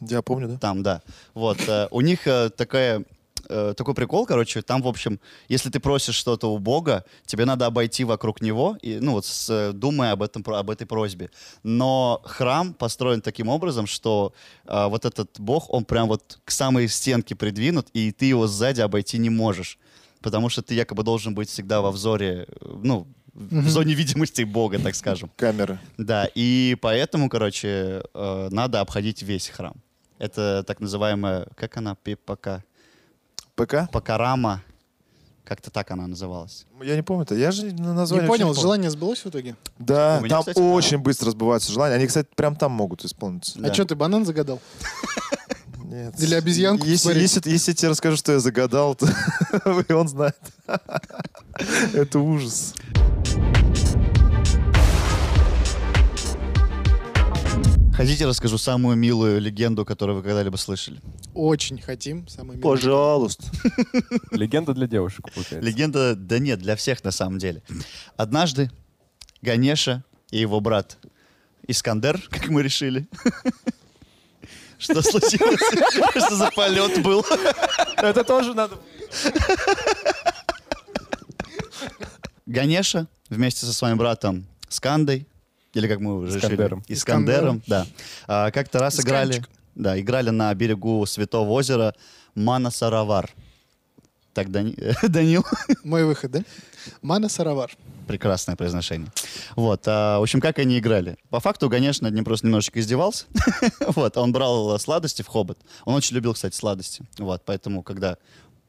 S1: Я помню, да?
S2: Там, да. Вот. э, У них э, такая э, такой прикол, короче, там, в общем, если ты просишь что-то у Бога, тебе надо обойти вокруг него, и, ну вот, с, э, думая об, этом, про- об этой просьбе. Но храм построен таким образом, что э, вот этот Бог, он прям вот к самой стенке придвинут, и ты его сзади обойти не можешь, потому что ты якобы должен быть всегда во взоре, э, ну, в зоне видимости Бога, так скажем.
S1: Камеры.
S2: Да, и поэтому, короче, э, надо обходить весь храм. Это так называемая, как она, Пи- пока,
S1: ПК?
S2: покарама, как-то так она называлась.
S1: Я не помню это. Я же на- название вообще
S4: Не понял,
S1: помню.
S4: желание сбылось в итоге?
S1: Да,
S2: У меня,
S1: там
S2: кстати, да.
S1: очень быстро сбываются желания. Они, кстати, прям там могут исполниться.
S2: Да.
S4: А что, ты банан загадал?
S1: Нет.
S4: Или обезьянку
S1: Если,
S4: посмотреть.
S1: если, если я тебе расскажу, что я загадал, то <laughs> и он знает. Это ужас.
S2: Хотите, расскажу самую милую легенду, которую вы когда-либо слышали?
S4: Очень хотим. Самый милый.
S1: Пожалуйста.
S3: Легенда для девушек, получается.
S2: Легенда, да нет, для всех на самом деле. Однажды Ганеша и его брат Искандер, как мы решили. <laughs> Что случилось? <laughs> Что за полет был?
S3: Это тоже надо...
S2: Ганеша вместе со своим братом Скандой, или как мы уже
S3: Искандером.
S2: решили, Искандером, да, а, как-то раз играли,
S4: Исканчик.
S2: да, играли на берегу Святого озера Манасаравар. Так, Дани- <laughs> Данил,
S4: Мой выход, да? Мана Саравар.
S2: прекрасное произношение. Вот, а, в общем, как они играли. По факту, конечно, над ним просто немножечко издевался. <laughs> Вот, он брал э, сладости в хобот. Он очень любил, кстати, сладости. Вот, поэтому, когда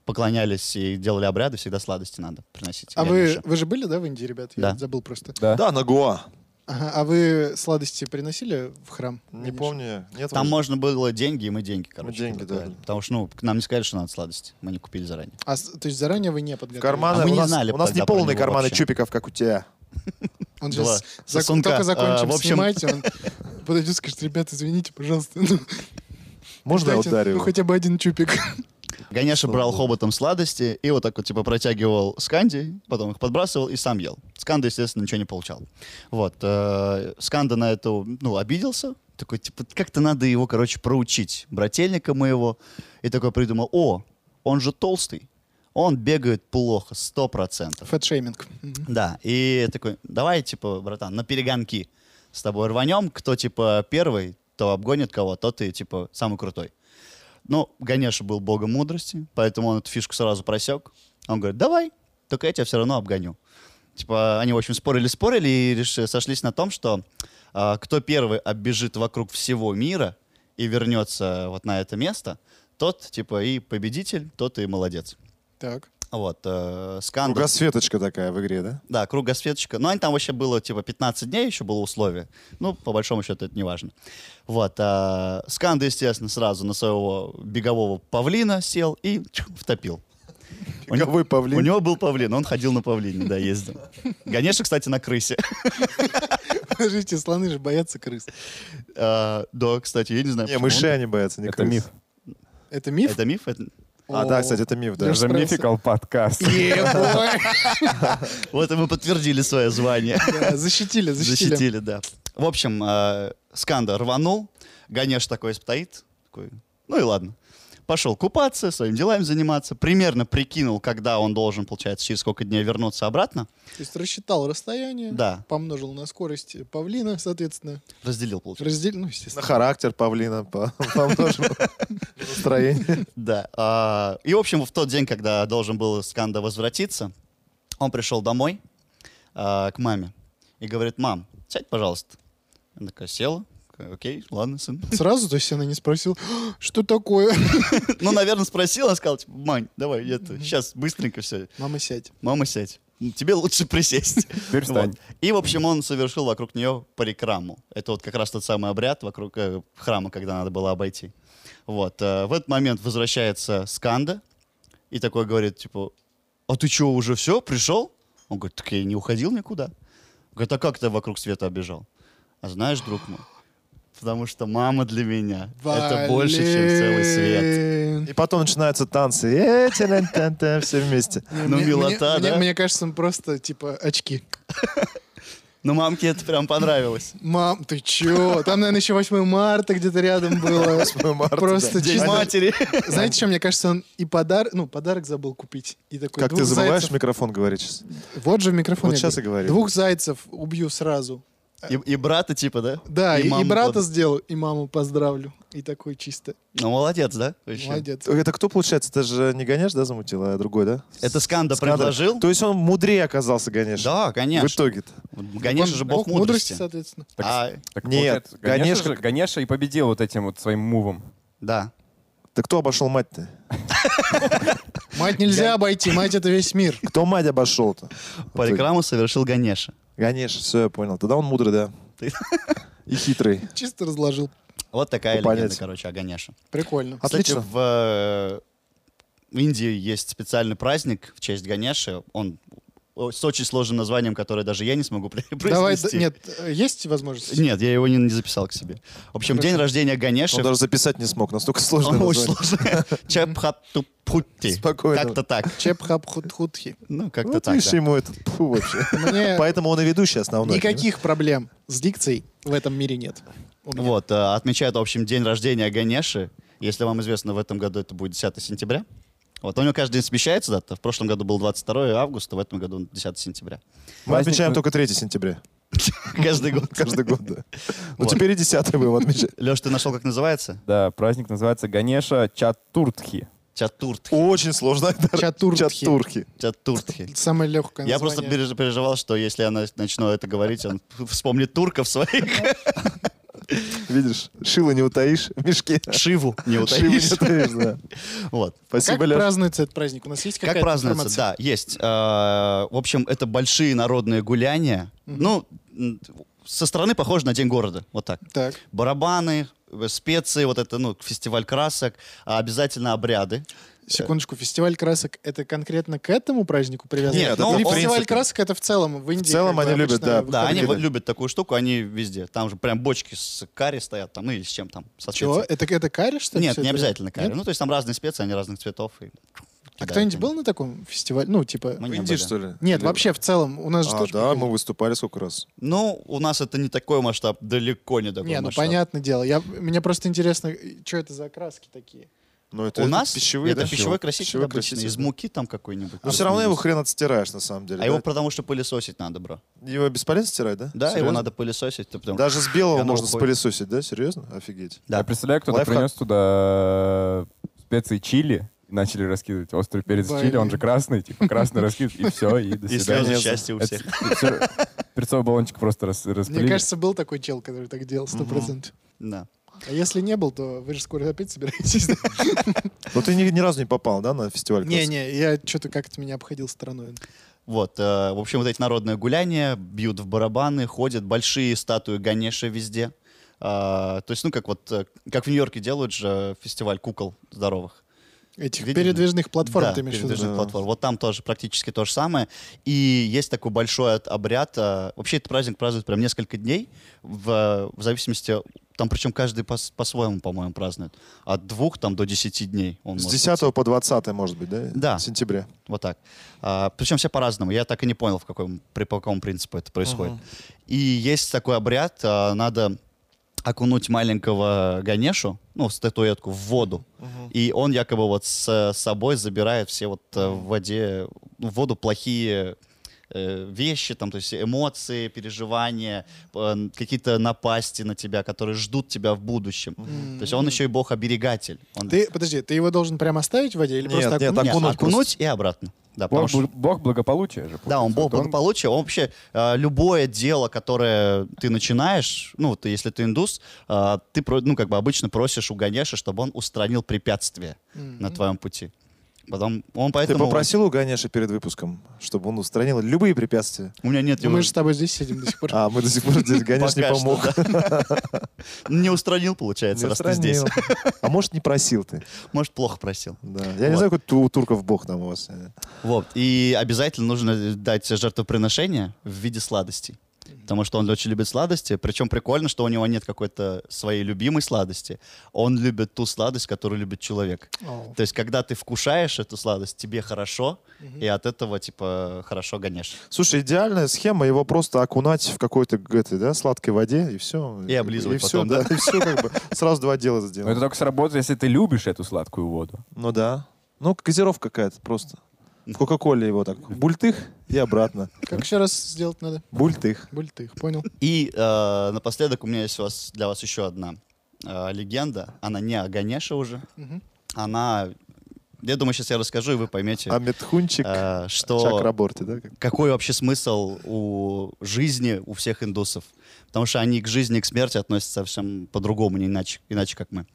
S2: поклонялись и делали обряды, всегда сладости надо приносить.
S4: А вы,
S2: Ганеше.
S4: вы же были, да, в Индии, ребят?
S2: Да.
S4: Я забыл просто.
S3: Да.
S1: Да, на Гоа.
S4: Ага, а вы сладости приносили в храм?
S1: Не
S4: Конечно.
S1: помню. Нет,
S2: Там
S1: вроде.
S2: можно было деньги, и мы деньги, короче.
S1: деньги,
S2: туда
S1: да.
S2: брали. Потому что, ну, к нам не сказали, что надо сладости. Мы не купили заранее.
S4: А, с- то есть заранее вы не подготовили?
S1: в карманы
S2: А мы
S1: у
S2: не
S1: нас,
S2: знали
S1: у нас не
S2: тогда про
S1: полные
S2: него
S1: карманы
S2: вообще.
S1: чупиков, как у тебя.
S4: Он
S2: Два.
S4: сейчас зак-
S2: Сосунка.
S4: только
S2: А,
S4: закончим
S2: в общем- <laughs>
S4: снимать, он подойдет и скажет, ребят, извините, пожалуйста. ну,
S1: Можно я
S4: дайте,
S1: ударю?
S4: Ну, хотя бы один чупик. <laughs>
S2: Ганеша
S1: Слава
S2: брал
S1: богу.
S2: хоботом сладости и вот так вот, типа, протягивал Сканди, потом их подбрасывал и сам ел. Сканда, естественно, ничего не получал. Вот. э, Сканда на это, ну, обиделся. Такой, типа, как-то надо его, короче, проучить. Брательника моего. И такой придумал, о, он же толстый. Он бегает плохо, сто процентов.
S4: Фэтшейминг. Мгм.
S2: Да, и такой, давай, типа, братан, на перегонки с тобой рванем, кто, типа, первый, то обгонит кого, тот и, типа, самый крутой. Ну, Ганеша был богом мудрости, поэтому он эту фишку сразу просек. Он говорит, давай, только я тебя все равно обгоню. Типа, они, в общем, спорили-спорили и реш- сошлись на том, что а, кто первый оббежит вокруг всего мира и вернется вот на это место, тот, типа, и победитель, тот и молодец.
S4: Так. <laughs>
S2: Вот, э, Сканда-
S1: Кругосветочка такая в игре, да?
S2: да, кругосветочка. Но они там вообще было типа 15 дней, еще было условие. Ну, по большому счету, это не важно. Вот. а, Сканда, естественно, сразу на своего бегового павлина сел и чух, втопил. У него-
S1: Каковой павлин?
S2: У него был павлин, он ходил на павлине, да, ездил. Ганеша, кстати, на крысе.
S4: Подождите, слоны же боятся крыс.
S2: А, Да, кстати, я не знаю.
S1: Не,
S2: почему он-
S1: мышей они боятся, не
S3: Это
S1: крыс.
S3: миф.
S4: Это миф? <laughs>
S2: Это миф? Это-
S1: А,
S4: О,
S1: да, кстати, это миф, да.
S4: Лёш,
S3: Это же
S4: справился.
S3: мификал подкаст.
S4: Е-бой.
S2: Вот и мы подтвердили свое звание.
S4: Да, Защитили, защитили.
S2: Защитили, да. В общем, э, Сканда рванул, Ганеш такой стоит, такой, ну и ладно. Пошел купаться, своими делами заниматься. Примерно прикинул, когда он должен, получается, через сколько дней вернуться обратно.
S4: То есть рассчитал расстояние,
S2: Да.
S4: помножил на скорость павлина, соответственно,
S2: Разделил, получается.
S4: разделил, ну,
S1: На
S4: естественно.
S1: характер павлина <laughs> по- помножим. На Настроение.
S2: Да. а, и, в общем, в тот день, когда должен был Сканда возвратиться, он пришел домой а, к маме и говорит, мам, сядь, пожалуйста. Она такая села, такая, окей, ладно, сын. <laughs>
S4: Сразу, то есть она не спросила, «А, что такое? <laughs>
S2: Ну, наверное, спросила, сказала, типа, мань, давай, это, сейчас быстренько все,
S4: Мама, сядь.
S2: Мама, сядь. Тебе лучше
S4: <laughs>
S2: присесть.
S3: Теперь встань.
S2: Вот. И, в общем, он совершил вокруг нее парикраму. Это вот как раз тот самый обряд вокруг э, храма, когда надо было обойти. Вот. э, в этот момент возвращается Сканда и такой говорит, типа, а ты что, уже все, пришел? Он говорит, так я и не уходил никуда. Он говорит, а как ты вокруг света обежал? А знаешь, друг мой, потому что мама для меня это больше, чем целый свет.
S4: Блин.
S1: И потом начинаются танцы. Э, тя-ля-тя-тя, Все вместе.
S4: Не,
S2: Ну,
S4: мне-
S2: милота,
S4: мне-
S2: да?
S4: Мне, мне кажется, он просто, типа, очки.
S2: Но Ну, мамке это прям понравилось.
S4: Мам, ты чё? Там, наверное, еще 8 марта где-то рядом было.
S1: 8 марта,
S4: Просто
S1: да.
S2: День
S4: чисто-
S2: матери.
S4: Знаете, что, мне кажется, он и подарок, ну, подарок забыл купить. И такой,
S1: Как ты
S4: двух
S1: забываешь в
S4: зайцев-
S1: микрофон говорить сейчас?
S4: Вот же в микрофон.
S1: Вот
S4: я
S1: щас и говори.
S4: Двух зайцев убью сразу.
S2: И, и брата типа, да?
S4: Да, и, и
S2: маму
S4: брата
S2: под-
S4: сделаю, и маму поздравлю. И такой чисто.
S2: Ну, молодец, да? Вообще.
S4: Молодец.
S1: Это кто, получается? Это же не Ганеш, да, замутил, а другой, да?
S2: Это Сканда
S1: Скандер.
S2: предложил?
S1: То есть он мудрее оказался, Ганеш?
S2: Да,
S1: В
S2: конечно.
S1: итоге-то.
S2: Конечно
S4: Он
S2: же, бог мудрости.
S4: соответственно.
S3: Так,
S2: А,
S1: Нет,
S3: так получается, Ганеша,
S1: Ганешка-
S3: же- Ганеша и победил вот этим вот своим мувом.
S2: да.
S1: Так кто обошел мать-то?
S4: Мать нельзя обойти, мать это весь мир.
S1: Кто мать обошел-то?
S2: Парикраму совершил Ганеша.
S1: Ганеш, все, я понял. Тогда он мудрый, да.
S2: Ты-
S1: И хитрый.
S4: Чисто разложил.
S2: Вот такая
S1: Ну, понятно.
S2: легенда, короче, о Ганеше.
S4: Прикольно.
S2: А
S1: Отлично.
S2: Кстати, в, э, в Индии есть специальный праздник в честь Ганеши. Он о, с очень сложным названием, которое даже я не смогу <laughs> при-
S4: Давай,
S2: произнести.
S4: да- нет, э, есть возможность?
S2: Нет, я его не, не записал к себе. В общем, день рождения Ганеши.
S1: Он даже записать не смог, настолько сложно.
S2: Он очень сложный. <laughs> Чепхатупхутти.
S1: Спокойно.
S2: Как-то так.
S4: Чепхабхутхутхи.
S2: Ну, как-то
S1: Вот
S2: так,
S1: видишь,
S2: да.
S1: ему это пфу
S4: <laughs>
S1: вообще.
S4: Мне
S1: Поэтому он и ведущий основной.
S4: никаких проблем с дикцией в этом мире нет. У меня.
S2: Вот, э, отмечают, в общем, день рождения Ганеши. Если вам известно, в этом году это будет 10 сентября. Вот, у него каждый день смещается дата. В прошлом году был 22 августа, в этом году он 10 сентября. <laughs>
S1: Мы
S3: Праздник-
S1: отмечаем только 3 сентября.
S2: Каждый год.
S1: Каждый год,
S2: <laughs>
S1: да. Ну,
S2: Вот.
S1: теперь и 10 будем
S4: <laughs>
S1: отмечать.
S2: Леш, ты нашел, как называется?
S3: Да, праздник называется Ганеша Чатуртхи.
S2: Чатуртхи.
S1: Очень сложно. Айдар.
S4: Чатуртхи.
S1: Чатуртхи.
S2: Чатуртхи.
S4: Самое легкое
S2: Я просто
S4: название.
S2: переж- переживал, что если я на- начну это говорить, он вспомнит турков своих.
S1: Видишь, шило не утаишь в мешке.
S2: <laughs> Шиву не
S1: Шило
S2: утаишь.
S1: не утаишь, да.
S2: Вот.
S4: А Как
S1: Спасибо, Леш.
S4: празднуется этот праздник? У нас есть
S2: Как
S4: какая-то
S2: празднуется?
S4: информация?
S2: Да, есть. Э, В общем, это большие народные гуляния. Ну, м, со стороны похоже на День города. Вот так.
S4: Так.
S2: барабаны, э, специи, вот это, ну, фестиваль красок, а обязательно обряды.
S4: Секундочку, фестиваль красок это конкретно к этому празднику привязано?
S2: Нет,
S1: это
S4: ну,
S1: в
S4: или фестиваль
S1: принципе.
S4: красок это в целом в Индии.
S1: целом
S4: как
S1: они
S4: бы,
S1: любят,
S4: обычно
S1: да.
S4: выходит.
S2: Да, они
S1: Обряды.
S2: вот любят такую штуку, они везде. Там же прям бочки с карри стоят, там, ну, или с чем там. со
S4: Чего?
S2: специей.
S4: Это, это карри, что ли?
S2: Нет,
S4: всё
S2: не
S4: это?
S2: обязательно карри.
S4: Нет?
S2: Ну, то есть там разные специи, они разных цветов. и
S4: А
S2: кидают
S4: кто-нибудь
S2: ими.
S4: был на таком фестивале? Ну,
S2: Мы
S4: типа...
S2: не
S1: Индии,
S2: были.
S1: что ли?
S4: Нет,
S1: Или-
S4: вообще в целом. У нас же
S1: А,
S4: тоже...
S1: да,
S4: такой-
S1: мы выступали сколько раз.
S2: Ну, у нас это не такой масштаб, далеко не такой
S4: Не, ну
S2: масштаб.
S4: понятное дело. Я, мне просто интересно, что это за краски такие?
S1: Но это
S2: У нас
S1: пищевые,
S2: это
S1: да?
S2: пищевой краситель
S1: Пищевой
S2: обычно,
S1: краситель,
S2: из
S1: да.
S2: муки там какой-нибудь.
S1: Но все равно его хрен отстираешь, на самом деле.
S2: А
S1: да?
S2: его потому что пылесосить надо, бро.
S1: Его бесполезно стирать, да?
S2: Да, его
S1: Серьезно?
S2: надо пылесосить. ты потому-
S1: Даже с белого
S2: И оно
S1: можно
S2: уходит.
S1: спылесосить, да? Серьезно? Офигеть.
S2: Да.
S3: Я представляю, кто-то
S1: Лайфхак.
S3: принес туда специи чили, начали раскидывать острый перец
S4: Блин.
S3: чили, он же красный, типа красный раскидывает, и все, и до
S2: И слезы
S3: свидания.
S2: счастья у
S3: Это
S2: всех.
S3: всё- Перцовый баллончик просто рас-
S4: Мне
S3: распылили.
S4: кажется, был такой чел, который так делал, сто процентов.
S2: Да.
S4: А если не был, то вы же скоро опять собираетесь.
S1: Но ты ни, ни разу не попал, да, на фестиваль? красок?
S4: Не-не, я что-то как-то меня обходил стороной.
S2: Вот, э, в общем, вот эти народные гуляния, бьют в барабаны, ходят, большие статуи Ганеши везде. А, то есть, ну, как вот, э, как в Нью-Йорке делают же фестиваль кукол здоровых.
S4: Этих
S2: Видимо.
S4: передвижных платформ
S2: Да,
S4: ты имеешь в виду?
S2: передвижных
S1: да.
S2: платформ. Вот там тоже практически то же самое. И есть такой большой от- обряд. э, Вообще этот праздник празднуют прям несколько дней, в, в зависимости, там причем каждый пос- по-своему, по-моему, празднует. От двух там до десяти дней. он
S1: С
S2: может
S1: 10 по 20, может быть, да?
S2: Да.
S1: Сентября.
S2: Вот так. А, причем все по-разному. Я так и не понял, в каком, при по какому принципу это происходит. И есть такой обряд, а, надо окунуть маленького Ганешу, ну, статуэтку, в воду. И он якобы вот с собой забирает все вот э, в воде, ну, в воду плохие э, вещи, там, то есть эмоции, переживания, э, какие-то напасти на тебя, которые ждут тебя в будущем. То есть он еще и бог-оберегатель. Он-
S4: Ты, подожди, ты его должен прям оставить в воде или
S1: Нет,
S4: просто
S1: нет,
S4: окунуть?
S2: Нет,
S1: окунуть
S2: окунуть,
S1: просто.
S2: и обратно. Да, потому
S3: Бог,
S2: что-
S3: бл- бог благополучия же.
S2: да, он
S3: получается.
S2: бог
S3: Вот
S2: благополучия. Он вообще э, любое дело, которое ты начинаешь, ну, ты, если ты индус, э, ты, про- ну, как бы обычно просишь у Ганеши, чтобы он устранил препятствия на твоем пути. Потом он
S1: Ты
S2: поэтому...
S1: попросил у Ганеши перед выпуском, чтобы он устранил любые препятствия?
S2: У меня нет
S4: Ну,
S2: его...
S4: Мы же с тобой здесь сидим до
S2: <laughs>
S4: сих пор.
S1: А, мы до сих пор здесь, Ганеш не
S2: Пока что,
S1: помог.
S2: да. Не устранил, получается,
S1: Не
S2: раз ты
S1: устранил.
S2: здесь.
S1: <laughs> А может, не просил ты.
S2: Может, плохо просил.
S1: Да. Я не
S2: Вот.
S1: знаю, какой ту- у турков бог там у вас.
S2: Вот. И обязательно нужно дать жертвоприношение в виде сладостей. Потому что он очень любит сладости. Причем прикольно, что у него нет какой-то своей любимой сладости. Он любит ту сладость, которую любит человек.
S4: О.
S2: То есть, когда ты вкушаешь эту сладость, тебе хорошо, и от этого, типа, хорошо гонишь.
S1: Слушай, идеальная схема его просто окунать в какой-то г- этой, да, сладкой воде, и все.
S2: И облизывать
S1: и всё,
S2: потом, да?
S1: И все как бы. Сразу два дела
S3: он- Но это
S1: сделать.
S3: только сработает, если ты любишь эту сладкую воду.
S1: Ну да. Ну, газировка какая-то просто. В Кока-Коле его так. Бультых и обратно.
S4: Как еще раз сделать надо?
S1: Бультых.
S4: Бультых, понял?
S2: И э, напоследок у меня есть у вас, для вас еще одна э, легенда. Она не о Ганеше уже.
S4: Мгм.
S2: Она... Я думаю, сейчас я расскажу, и вы поймете,
S1: А Медхунчик
S2: э, что...
S1: Чакраборти, да? как? А
S2: какой вообще смысл у жизни у всех индусов? Потому что они к жизни и к смерти относятся совсем по-другому, не иначе, иначе как мы.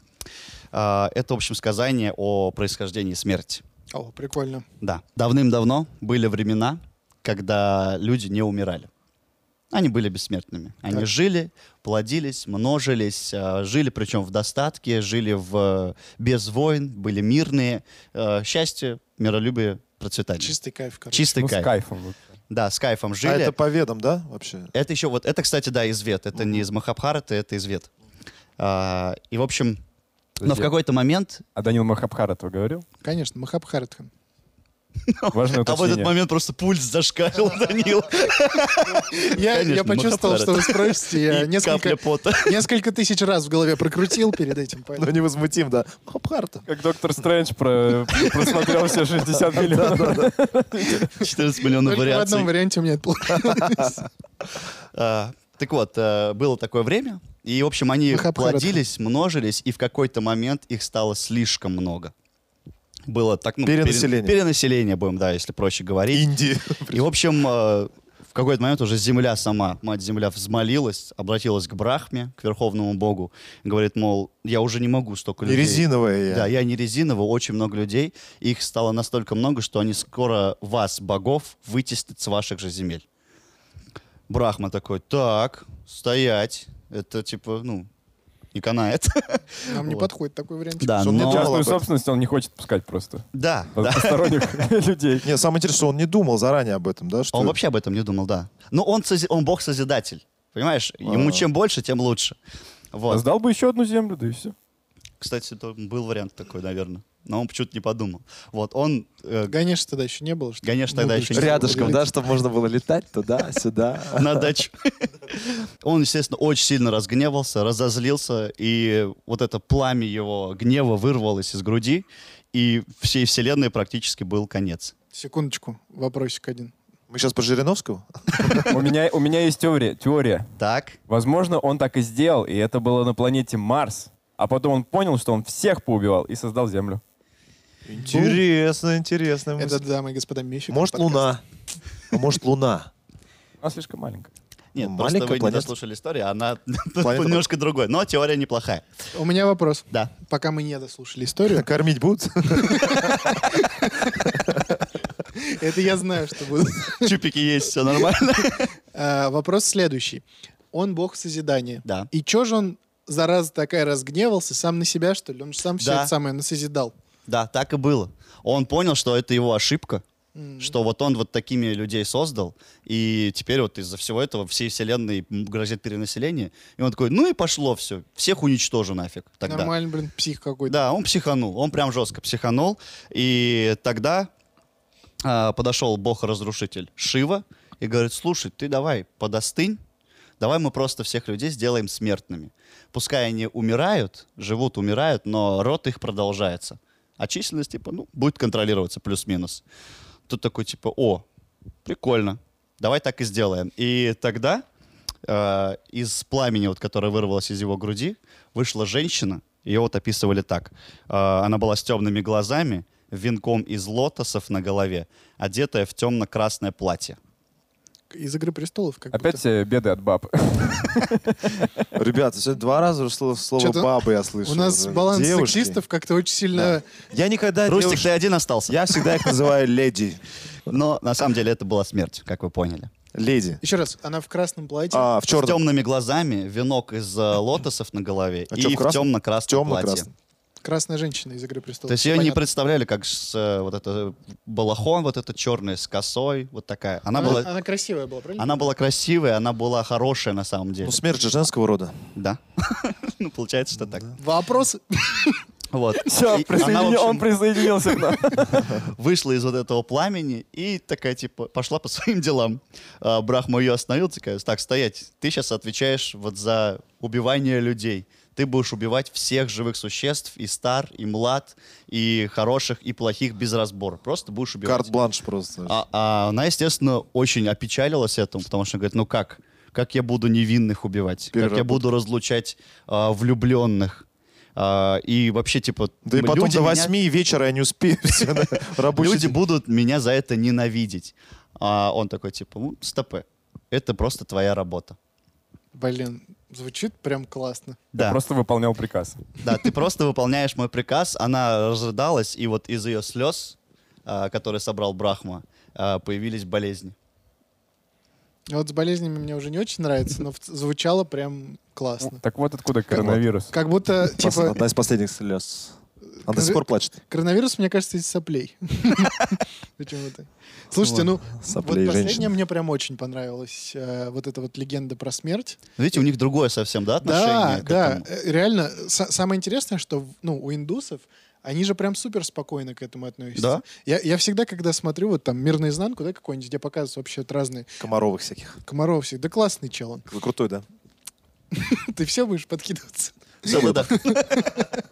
S2: А, Это, в общем, сказание о происхождении смерти.
S4: О, прикольно.
S2: Да. Давным-давно были времена, когда люди не умирали. Они были бессмертными. Они жили, плодились, множились, э, жили причем в достатке, жили в, э, без войн, были мирные. Э, Счастье, миролюбие, процветание.
S4: Чистый кайф, короче.
S2: Чистый
S3: Ну, с
S2: кайф.
S3: кайфом. вот.
S2: Да, с кайфом
S1: А
S2: жили.
S1: это
S2: это...
S1: по ведам, да, вообще?
S2: еще вот, это, кстати, да, из Вет. Это не из Махабхараты, это из Вет. А, и, в общем, но в
S3: Подожди.
S2: какой-то момент...
S3: А Данил Махабхаратова говорил?
S4: Конечно, Махабхаратхан.
S2: <laughs>
S3: Важное
S2: А в этот
S3: уточнение.
S2: момент просто пульс зашкалил, <laughs> Данил.
S4: Я,
S2: Конечно,
S4: я почувствовал, что вы спросите. Я
S2: И капля
S4: Э, несколько,
S2: пота. <laughs>
S4: несколько тысяч раз в голове прокрутил перед этим.
S1: Ну,
S4: поэтому-
S1: невозмутим, да. Ну, Махабхарата.
S3: Как Доктор Стрэндж про- просмотрел все
S2: <laughs>
S3: 60 миллионов.
S2: 14 миллионов ну,
S4: Только в
S2: вариаций.
S4: одном варианте у меня это получилось.
S2: <laughs> А, Так вот, э, было такое время, и, в общем, они
S4: Махабхарата.
S2: плодились, множились, и в какой-то момент их стало слишком много. Было так, ну, пере-
S1: Перенаселение.
S2: перенаселение, будем, да, если проще говорить.
S1: Индии.
S2: И, в общем, э, в какой-то момент уже земля сама, мать-земля взмолилась, обратилась к Брахме, к верховному богу, и говорит, мол, я уже не могу столько
S1: Не
S2: людей.
S1: резиновая
S2: Да,
S1: я.
S2: я не резиновый, очень много людей, и их стало настолько много, что они скоро вас, богов, вытеснят с ваших же земель. Брахма такой, так, стоять, это типа, ну, не канает.
S4: Нам не
S2: Вот.
S4: подходит такой вариант.
S2: <laughs> Да,
S1: Что
S2: ну.
S1: он не
S2: но-
S1: думал?
S3: Частную
S1: об этом.
S3: собственность он не хочет пускать просто.
S2: Да, да.
S3: Посторонних <laughs> людей.
S1: Нет, самое интересное, что он не думал заранее об этом, да? Что...
S2: Он вообще об этом не думал, да. Но он, сози- он бог-созидатель, понимаешь? Ему
S1: А.
S2: чем больше, тем лучше. Вот.
S3: Сдал бы еще одну землю, да и все.
S2: Кстати, то был вариант такой, наверное. Но он почему-то не подумал. Вот, он... э,
S4: Ганеш тогда еще не было. чтобы
S2: Ганеш тогда
S4: много
S2: еще не
S4: чего
S2: было.
S1: Рядышком,
S4: было.
S1: да, чтобы можно было летать туда, сюда.
S2: на дачу. <laughs> Он, естественно, очень сильно разгневался, разозлился, и вот это пламя его гнева вырвалось из груди, и всей вселенной практически был конец.
S4: Секундочку, вопросик один.
S1: Мы сейчас про Жириновского?
S3: У меня, у меня есть теория. теория.
S2: Так,
S3: Возможно, он так и сделал, и это было на планете Марс. А потом он понял, что он всех поубивал и создал Землю.
S1: Интересно, интересно.
S4: Это, дамы и господа, мифик.
S1: Может,
S4: подкаст.
S1: Луна. А Может, Луна.
S3: Она слишком маленькая.
S2: нет,
S1: Ну,
S2: просто
S1: маленькая
S2: вы не
S1: планета.
S2: дослушали историю, она <laughs>
S1: Планета-
S2: немножко другой, но теория неплохая.
S4: У меня вопрос.
S2: Да.
S4: Пока мы не дослушали историю,
S1: Кормить будут?
S4: <laughs> это я знаю, что будет. <laughs>
S2: Чупики есть, все нормально.
S4: А, Вопрос следующий. Он бог созидания.
S2: Да.
S4: И чё же он, зараза такая, разгневался сам на себя, что ли? Он же сам все
S2: Да.
S4: это самое насозидал.
S2: Да, так и было. Он понял, что это его ошибка,
S4: Мгм.
S2: что вот он вот такими людей создал, и теперь вот из-за всего этого всей вселенной м, грозит перенаселение. И он такой, ну и пошло все, всех уничтожу нафиг тогда.
S4: Нормально, блин, псих какой-то.
S2: Да, он психанул, он прям жестко психанул. И тогда а, подошел бог-разрушитель Шива и говорит, слушай, ты давай подостынь, давай мы просто всех людей сделаем смертными. Пускай они умирают, живут, умирают, но род их продолжается. А численность, типа, ну, будет контролироваться плюс-минус. Тут такой, типа, о, прикольно, давай так и сделаем. И тогда э, из пламени, вот, которое вырвалось из его груди, вышла женщина. Ее вот описывали так. Э, она была с темными глазами, венком из лотосов на голове, одетая в темно-красное платье.
S4: Из «Игры престолов» как
S3: Опять
S4: будто.
S3: э, беды от <laughs> баб.
S1: Ребята, сегодня два раза уже слово, слово
S4: Чё-то
S1: бабы я слышал.
S4: У нас
S1: Уже.
S4: баланс
S1: Девушки.
S4: сексистов как-то очень сильно...
S1: Я никогда
S2: Рустик,
S1: девушек-
S2: ты один остался.
S1: Я всегда их называю леди.
S2: Но на самом деле это была смерть, как вы поняли.
S1: Леди.
S4: Еще раз, она в красном платье.
S1: А, в
S2: С
S1: черном.
S2: темными глазами, венок из э, лотосов на голове
S1: А
S2: и
S1: чё, в
S2: в
S1: красном?
S2: темно-красном платье.
S1: Темно-красным.
S4: Красная женщина из «Игры престолов».
S2: То есть ее не
S4: Понятно.
S2: представляли как с, э, вот это балахон, вот это черный с косой, вот такая.
S1: А.
S2: Она,
S4: она,
S2: была,
S4: она красивая была, правильно?
S2: она была красивая, она была хорошая на самом деле.
S1: Ну, смерть же женского рода.
S2: Да. <laughs> ну, получается, что так.
S4: Вопрос.
S2: Вот.
S3: Все,
S2: И она, в общем,
S3: он присоединился <laughs> к нам.
S2: вышла из вот этого пламени и такая, типа, пошла по <laughs> своим делам. А, Брахма ее остановил, такая, так, стоять, ты сейчас отвечаешь вот за убивание людей. Ты будешь убивать всех живых существ, и стар, и млад, и хороших, и плохих без разбора. Просто будешь убивать.
S1: Карт-бланш просто.
S2: А, а она, естественно, очень опечалилась этому, потому что говорит, ну как? Как я буду невинных убивать? Как я
S1: Переработка.
S2: буду разлучать а, влюбленных? А, и вообще, типа...
S1: Да и
S2: м,
S1: потом
S2: люди
S1: до
S2: меня-
S1: восьми вечера я не успею. всё,
S2: <laughs>
S1: да, рабочий
S2: люди
S1: день.
S2: будут меня за это ненавидеть. А он такой, типа, ну, стопэ, это просто твоя работа.
S4: Блин, звучит прям классно.
S2: Да,
S3: Просто выполнял приказ.
S2: да, ты просто выполняешь мой приказ. Она разрыдалась, и вот из ее слез, а, которые собрал Брахма, а, появились болезни.
S4: Вот с болезнями мне уже не очень нравится, но в- звучало прям классно.
S3: Так вот откуда коронавирус.
S4: Как будто,
S1: Пос-
S4: типа,
S1: Одна из последних слез. Он до сих пор плачет.
S4: Коронавирус, мне кажется, из соплей. <laughs> Почему-то. Слушайте, ну, вот
S1: Соплей
S4: последнее
S1: женщин.
S4: мне прям очень понравилось. э, Вот эта вот легенда про смерть.
S2: Видите, у них другое совсем, да,
S4: Да,
S2: отношение к
S4: да,
S2: этому?
S4: э, реально. са- Самое интересное, что в- ну, у индусов они же прям супер спокойно к этому относятся.
S2: Да.
S4: Я, я всегда, когда смотрю вот там «Мир наизнанку», да, какой-нибудь, где показывают вообще вот разные
S1: Комаровых всяких.
S4: комаров всех, да классный чел он.
S1: Вы крутой, да?
S4: <laughs> Ты все будешь подкидываться.
S2: Всё, да, да.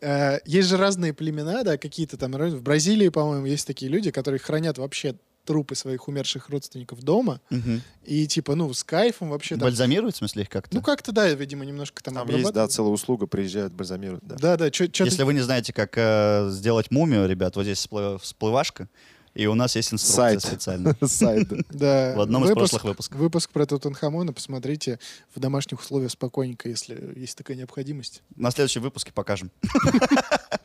S4: Э, Есть же разные племена, да, какие-то там. районы. В Бразилии, по-моему, есть такие люди, которые хранят вообще трупы своих умерших родственников дома.
S2: Мгм.
S4: И типа, ну, с кайфом вообще там.
S2: Бальзамирует, в смысле, их
S4: Ну,
S2: как-то?
S4: как-то, да, видимо, немножко там,
S1: Там есть, да,
S4: обрабатывают.
S1: целая услуга, приезжают, бальзамируют, да.
S4: Да, да, что-то...
S2: Если вы не знаете, как э, сделать мумию, ребят, вот здесь всплы- всплывашка, и у нас есть инструкция
S1: Сайт. <laughs>
S2: специально.
S1: Сайт, да.
S4: Да,
S2: В одном из
S4: выпуск-
S2: прошлых выпусков.
S4: Выпуск про Тутанхамона посмотрите в домашних условиях спокойненько, если есть такая необходимость.
S2: На следующем выпуске покажем. <laughs>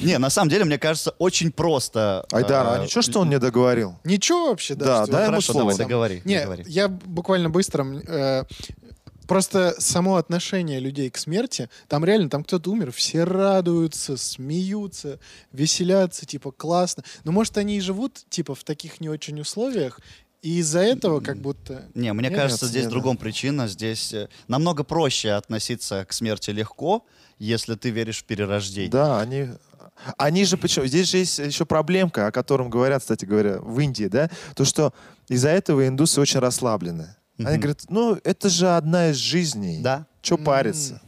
S2: Не, на самом деле, мне кажется, очень просто. э,
S1: Айдар, а ничего, что он не договорил?
S4: Ничего вообще,
S1: Да,
S4: да. что-
S1: дай ему
S2: Хорошо,
S1: слово.
S2: давай, договори.
S4: Не,
S2: договори.
S4: я буквально быстро... м, э, Просто само отношение людей к смерти, там реально, там кто-то умер, все радуются, смеются, веселятся, типа, классно. Но, может, они и живут, типа, в таких не очень условиях, и из-за этого как будто...
S2: Не, мне
S4: Нет,
S2: кажется,
S4: нет,
S2: здесь
S4: нет,
S2: в другом причина. Здесь э, намного проще относиться к смерти легко, если ты веришь в перерождение.
S1: Да, они... Они же почему... Здесь же есть еще проблемка, о котором говорят, кстати говоря, в Индии, да? То, что из-за этого индусы очень расслаблены. Они
S2: Мгм.
S1: говорят, ну, это же одна из жизней.
S2: Да.
S1: Че париться?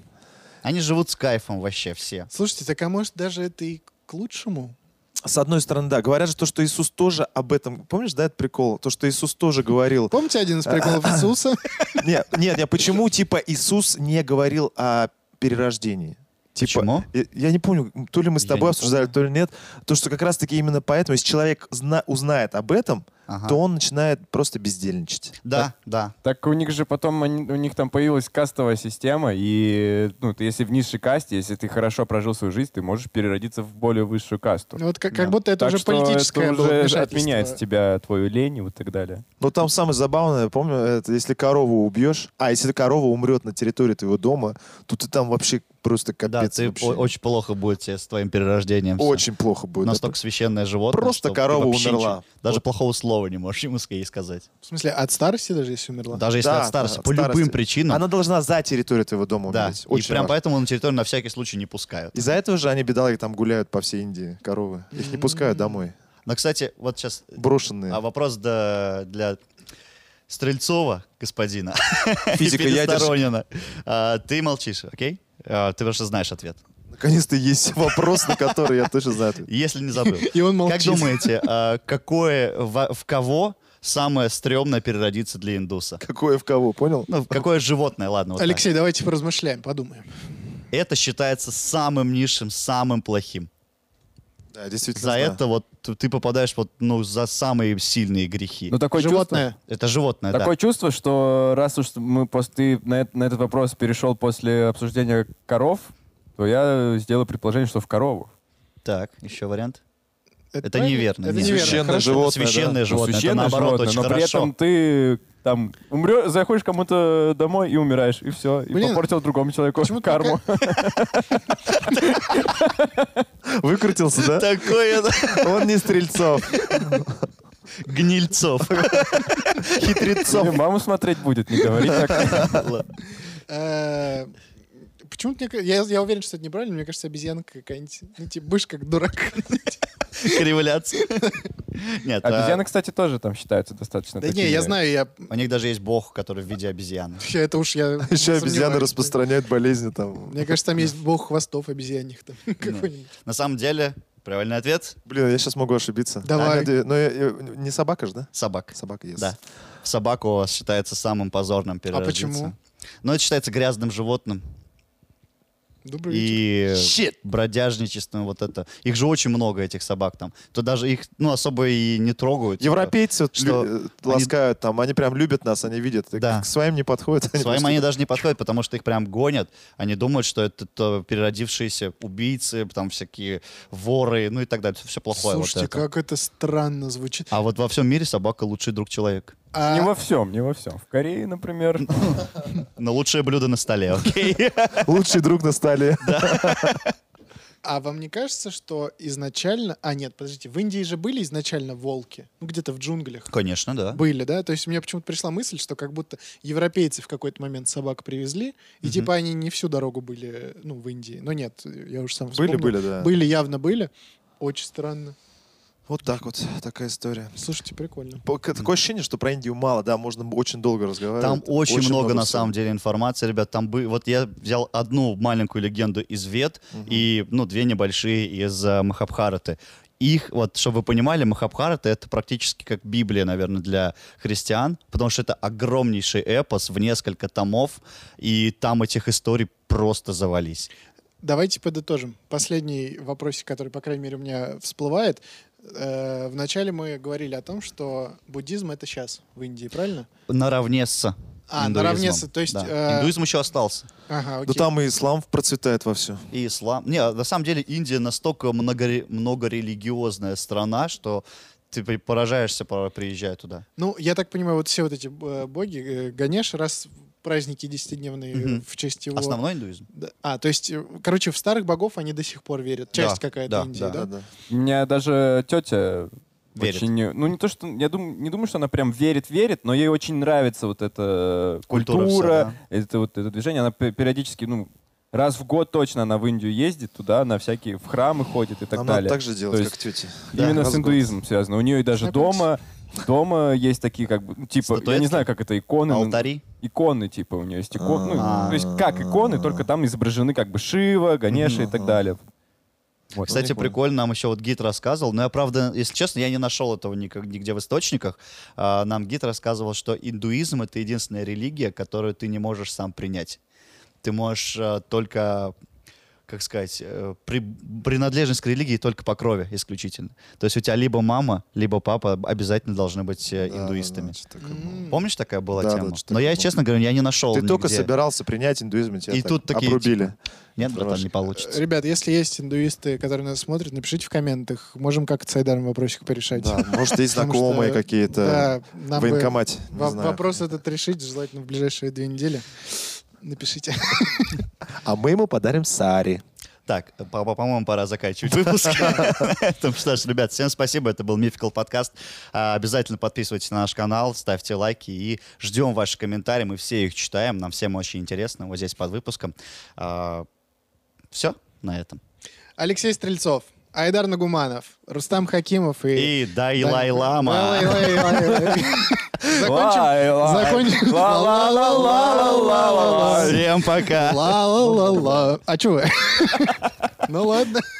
S2: Они живут с кайфом вообще все.
S4: Слушайте, так а может, даже это и к лучшему?
S1: С одной стороны, да. Говорят же то, что Иисус тоже об этом... Помнишь, да, этот прикол? То, что Иисус тоже <laughs> говорил...
S4: Помните один из приколов Иисуса?
S1: Нет, нет, нет, почему, типа, Иисус не говорил о перерождении? Типа,
S2: Почему?
S1: Я, я не помню, то ли мы с
S2: Я
S1: тобой
S2: не
S1: обсуждали, то ли нет. То, что как раз-таки именно поэтому, если человек зна- узнает об этом,
S2: Ага.
S1: то он начинает просто бездельничать.
S2: Да, да.
S3: Так у них же потом, они- у них там появилась кастовая система, и ну, ты, если в низшей касте, если ты хорошо прожил свою жизнь, ты можешь переродиться в более высшую касту.
S4: Ну, Вот как,
S2: Да.
S4: как будто это
S3: так
S4: уже
S3: что
S4: политическое
S3: это
S4: было
S3: уже типа.
S4: вмешательство.
S3: отменяет с тебя твою лень и так далее.
S1: Но там самое забавное, помню, это если корову убьешь, а если корова умрет на территории твоего дома, то ты там вообще просто
S2: Да,
S1: капец.
S2: ты
S1: вообще.
S2: о- очень плохо будет тебе с твоим перерождением. всё.
S1: Очень плохо будет.
S2: Настолько священное животное.
S1: Просто
S2: что ты
S1: корова
S2: вообще
S1: умерла.
S2: ничего- Даже
S1: Вот.
S2: плохого слова не можешь ему ска- ей сказать.
S4: В смысле, от старости даже если умерла?
S2: Даже если
S1: Да,
S2: от старости.
S1: от
S2: По любым
S1: старости.
S2: причинам.
S1: Она должна за территорию твоего дома
S2: да.
S1: умереть.
S2: И
S1: Очень
S2: прям
S1: важно.
S2: поэтому на территорию на всякий случай не пускают.
S1: Из-за этого же они, бедолаги, там гуляют по всей Индии, коровы. Их не пускают домой.
S2: Но, кстати, вот сейчас
S1: Брошенные.
S2: а вопрос да- для Стрельцова, господина.
S1: <laughs> Физика
S2: и
S1: ядерщик.
S2: Пересторонина. А, ты молчишь, окей? А, ты просто знаешь ответ.
S1: Наконец-то есть <laughs> вопрос, на который я точно знаю. ответ.
S2: Если
S1: <laughs>
S2: не забыл.
S4: И он
S2: Как
S4: молчит.
S2: думаете, а, какое, во- в кого самое стрёмное переродиться для индуса?
S1: Какое в кого, понял?
S2: Ну, в какое животное, ладно. вот так.
S4: Алексей, давайте поразмышляем, подумаем.
S2: Это считается самым низшим, самым плохим.
S1: Да, действительно.
S2: За
S1: знаю.
S2: это вот т- ты попадаешь вот, ну, за самые сильные грехи.
S3: Ну, такое
S4: Животное.
S2: Это животное, да.
S3: Такое чувство, что раз уж мы пос- ты на, эт- на этот вопрос перешел после обсуждения коров, то я сделаю предположение, что в корову.
S2: Так, еще вариант. Это
S4: правильно?
S2: неверно,
S4: Это
S2: нет.
S4: неверно.
S1: Священное
S4: Хорошо.
S1: животное. да.
S2: священное
S1: Ну,
S2: животное, это
S3: священное
S2: наоборот
S3: животное,
S2: очень
S3: но при
S2: хорошо.
S3: этом ты там умрешь, заходишь кому-то домой и умираешь, и все, и
S4: Блин,
S3: попортил другому человеку
S4: почему ты
S3: карму.
S1: Выкрутился, да?
S2: <laughs> Такое
S1: Он не
S2: <laughs>
S1: Стрельцов,
S2: гнильцов.
S3: Или
S1: Хитрецов.
S3: <laughs> Маму смотреть будет, не говори
S4: <laughs>
S3: так.
S4: Э, Почему-то мне ка- я, я уверен, что это неправильно. Мне кажется, обезьянка какая-нибудь. Ну, типа, будешь как
S2: <laughs>
S4: дурак.
S2: Кривляться. Нет, а,
S3: Обезьяны, кстати, тоже там считаются достаточно
S4: Да не,
S3: такими.
S4: я знаю, я...
S2: у них даже есть бог, который в виде обезьяны.
S4: я- Это
S2: <laughs>
S4: уж я...
S1: Еще
S4: сомневаюсь.
S1: обезьяны распространяют болезни там.
S4: Мне кажется, там есть бог хвостов обезьянных. Там, <laughs> какой-нибудь.
S2: На самом деле, правильный ответ
S1: Блин, я сейчас могу ошибиться.
S4: Давай.
S1: А, нет, но я- я- не собака же, да?
S2: — собак.
S1: Собака есть.
S2: Да. Собаку считается самым позорным переродиться.
S4: А почему?
S2: Ну, это считается грязным животным.
S4: Добрый вечер.
S2: И бродяжничеством вот это. Их же очень много, этих собак там. То даже их, ну, особо и не трогают.
S1: Европейцы вот лю-
S2: Что
S1: э,
S2: они-
S1: ласкают там, они прям любят нас, они видят. Так
S2: Да.
S1: К своим не подходят. они
S2: Своим
S1: просто-
S2: они даже не подходят, потому что их прям гонят. Они думают, что это то переродившиеся убийцы, там всякие воры, ну и так далее. Все плохое. вот
S4: Слушайте,
S2: это.
S4: как это странно звучит.
S2: А вот во всем мире собака лучший друг человека.
S4: А-
S3: Не во всем, не во всем. В Корее, например.
S2: Ну, Но лучшее блюдо на столе, окей? <laughs>
S1: Лучший друг на столе.
S4: А вам не кажется, что изначально... А, нет, подождите, в Индии же были изначально волки? Ну, где-то в джунглях.
S2: Конечно, да.
S4: Были, да? То есть мне почему-то пришла мысль, что как будто европейцы в какой-то момент собак привезли, и типа они не всю дорогу были, ну, в Индии. Но нет, я уже сам вспомнил.
S1: были, да.
S4: Были, явно были. Очень странно.
S1: Вот так вот, такая история.
S4: Слушайте, прикольно.
S1: По- к- Такое ощущение, что про Индию мало, да, можно очень долго разговаривать.
S2: Там очень, много, на
S1: всего.
S2: самом деле информации, ребят. Там бы, вот я взял одну маленькую легенду из Вет и ну две небольшие из э, Махабхараты. Их вот, чтобы вы понимали, Махабхарата это практически как Библия, наверное, для христиан, потому что это огромнейший эпос в несколько томов, и там этих историй просто завались.
S4: Давайте подытожим. Последний вопросик, который, по крайней мере, у меня всплывает. Э, Вначале мы говорили о том, что буддизм — это сейчас в Индии, правильно?
S2: Наравне с
S4: А,
S2: индуизмом.
S4: наравне с- то есть,
S2: Да.
S4: э,
S2: Индуизм еще остался.
S4: Ага,
S1: Да
S4: окей.
S1: Ну, там и ислам процветает вовсю.
S2: И ислам. Не, на самом деле Индия настолько многоре- многорелигиозная страна, что ты при- поражаешься, пора- приезжая туда.
S4: Ну, я так понимаю, вот все вот эти э, боги, э, Ганеш, раз праздники десятидневные э,
S2: Мгм.
S4: в честь его...
S2: Основной индуизм.
S4: Да. А, то есть, э, короче, в старых богов они до сих пор верят. Часть
S2: Да,
S4: какая-то
S2: да,
S4: Индии, да?
S2: да,
S1: да.
S3: У меня даже тетя
S2: Верит.
S3: очень... Ну, не то, что... Я думаю, не думаю, что она прям верит-верит, но ей очень нравится вот эта
S2: Культура
S3: культура,
S2: вся,
S3: это вот это движение. Она пе- периодически, ну, раз в год точно она в Индию ездит туда, на всякие в храмы ходит и так
S1: Нам надо
S3: далее.
S1: так же делать,
S3: То есть
S1: как тетя.
S3: Именно
S1: раз
S3: с
S1: в год.
S3: индуизмом связано. У нее и даже
S4: Знакомьтесь.
S3: дома... Дома есть такие как бы, ну, типа, я
S2: Статуэтки?
S3: не знаю, как это, иконы. ну,
S2: Алтари.
S3: Иконы, типа, у нее есть иконы. ну,
S2: А.
S3: то есть как иконы, только там изображены как бы Шива, Ганеша и так далее. Вот.
S1: Ну,
S2: Кстати, прикольно, нам еще вот гид рассказывал, но я, правда, если честно, я не нашел этого никак- нигде в источниках. А, Нам гид рассказывал, что индуизм — это единственная религия, которую ты не можешь сам принять. Ты можешь э, только, как сказать, э, при- принадлежность к религии только по крови исключительно. То есть у тебя либо мама, либо папа обязательно должны быть э,
S1: Да,
S2: индуистами.
S1: да, что-то такое было.
S4: М.
S2: Помнишь, такая была
S1: Да, да,
S2: тема?
S1: что-то
S2: Но я,
S1: такое
S2: честно говоря, я не нашел
S1: Ты только
S2: нигде.
S1: собирался принять индуизм, и тебя
S2: И
S1: так
S2: тут такие,
S4: типа,
S1: обрубили.
S2: Нет, братан, не
S1: Дурашка.
S2: получится.
S4: Ребят, если есть индуисты, которые нас смотрят, напишите в комментах. Можем как-то с Айдаром вопросик порешать.
S1: Да, может, есть
S4: <laughs> «Типа, Потому что,
S1: знакомые какие-то
S4: да, нам
S1: в
S4: бы
S1: военкомате. не
S4: во-
S1: знаю.
S4: Вопрос этот решить желательно в ближайшие две недели. Напишите. <laughs>
S1: А мы ему подарим сари.
S2: Так, э, по- по- по-моему, пора заканчивать выпуск. Поэтому Что ж, ребят, всем спасибо. Это был Мификал подкаст. А, Обязательно подписывайтесь на наш канал, ставьте лайки и ждем ваши комментарии. Мы все их читаем. Нам всем очень интересно. Вот здесь под выпуском. Все на этом.
S4: Алексей Стрельцов, Айдар Нагуманов, Рустам Хакимов и...
S2: И Дайлай
S4: Лай-
S2: Лама.
S4: лай- лай- лай. Закончим. закончим.
S3: Закончим.
S2: Всем пока.
S4: Ла-ла-ла-ла. А чё вы? <laughs> Ну ладно.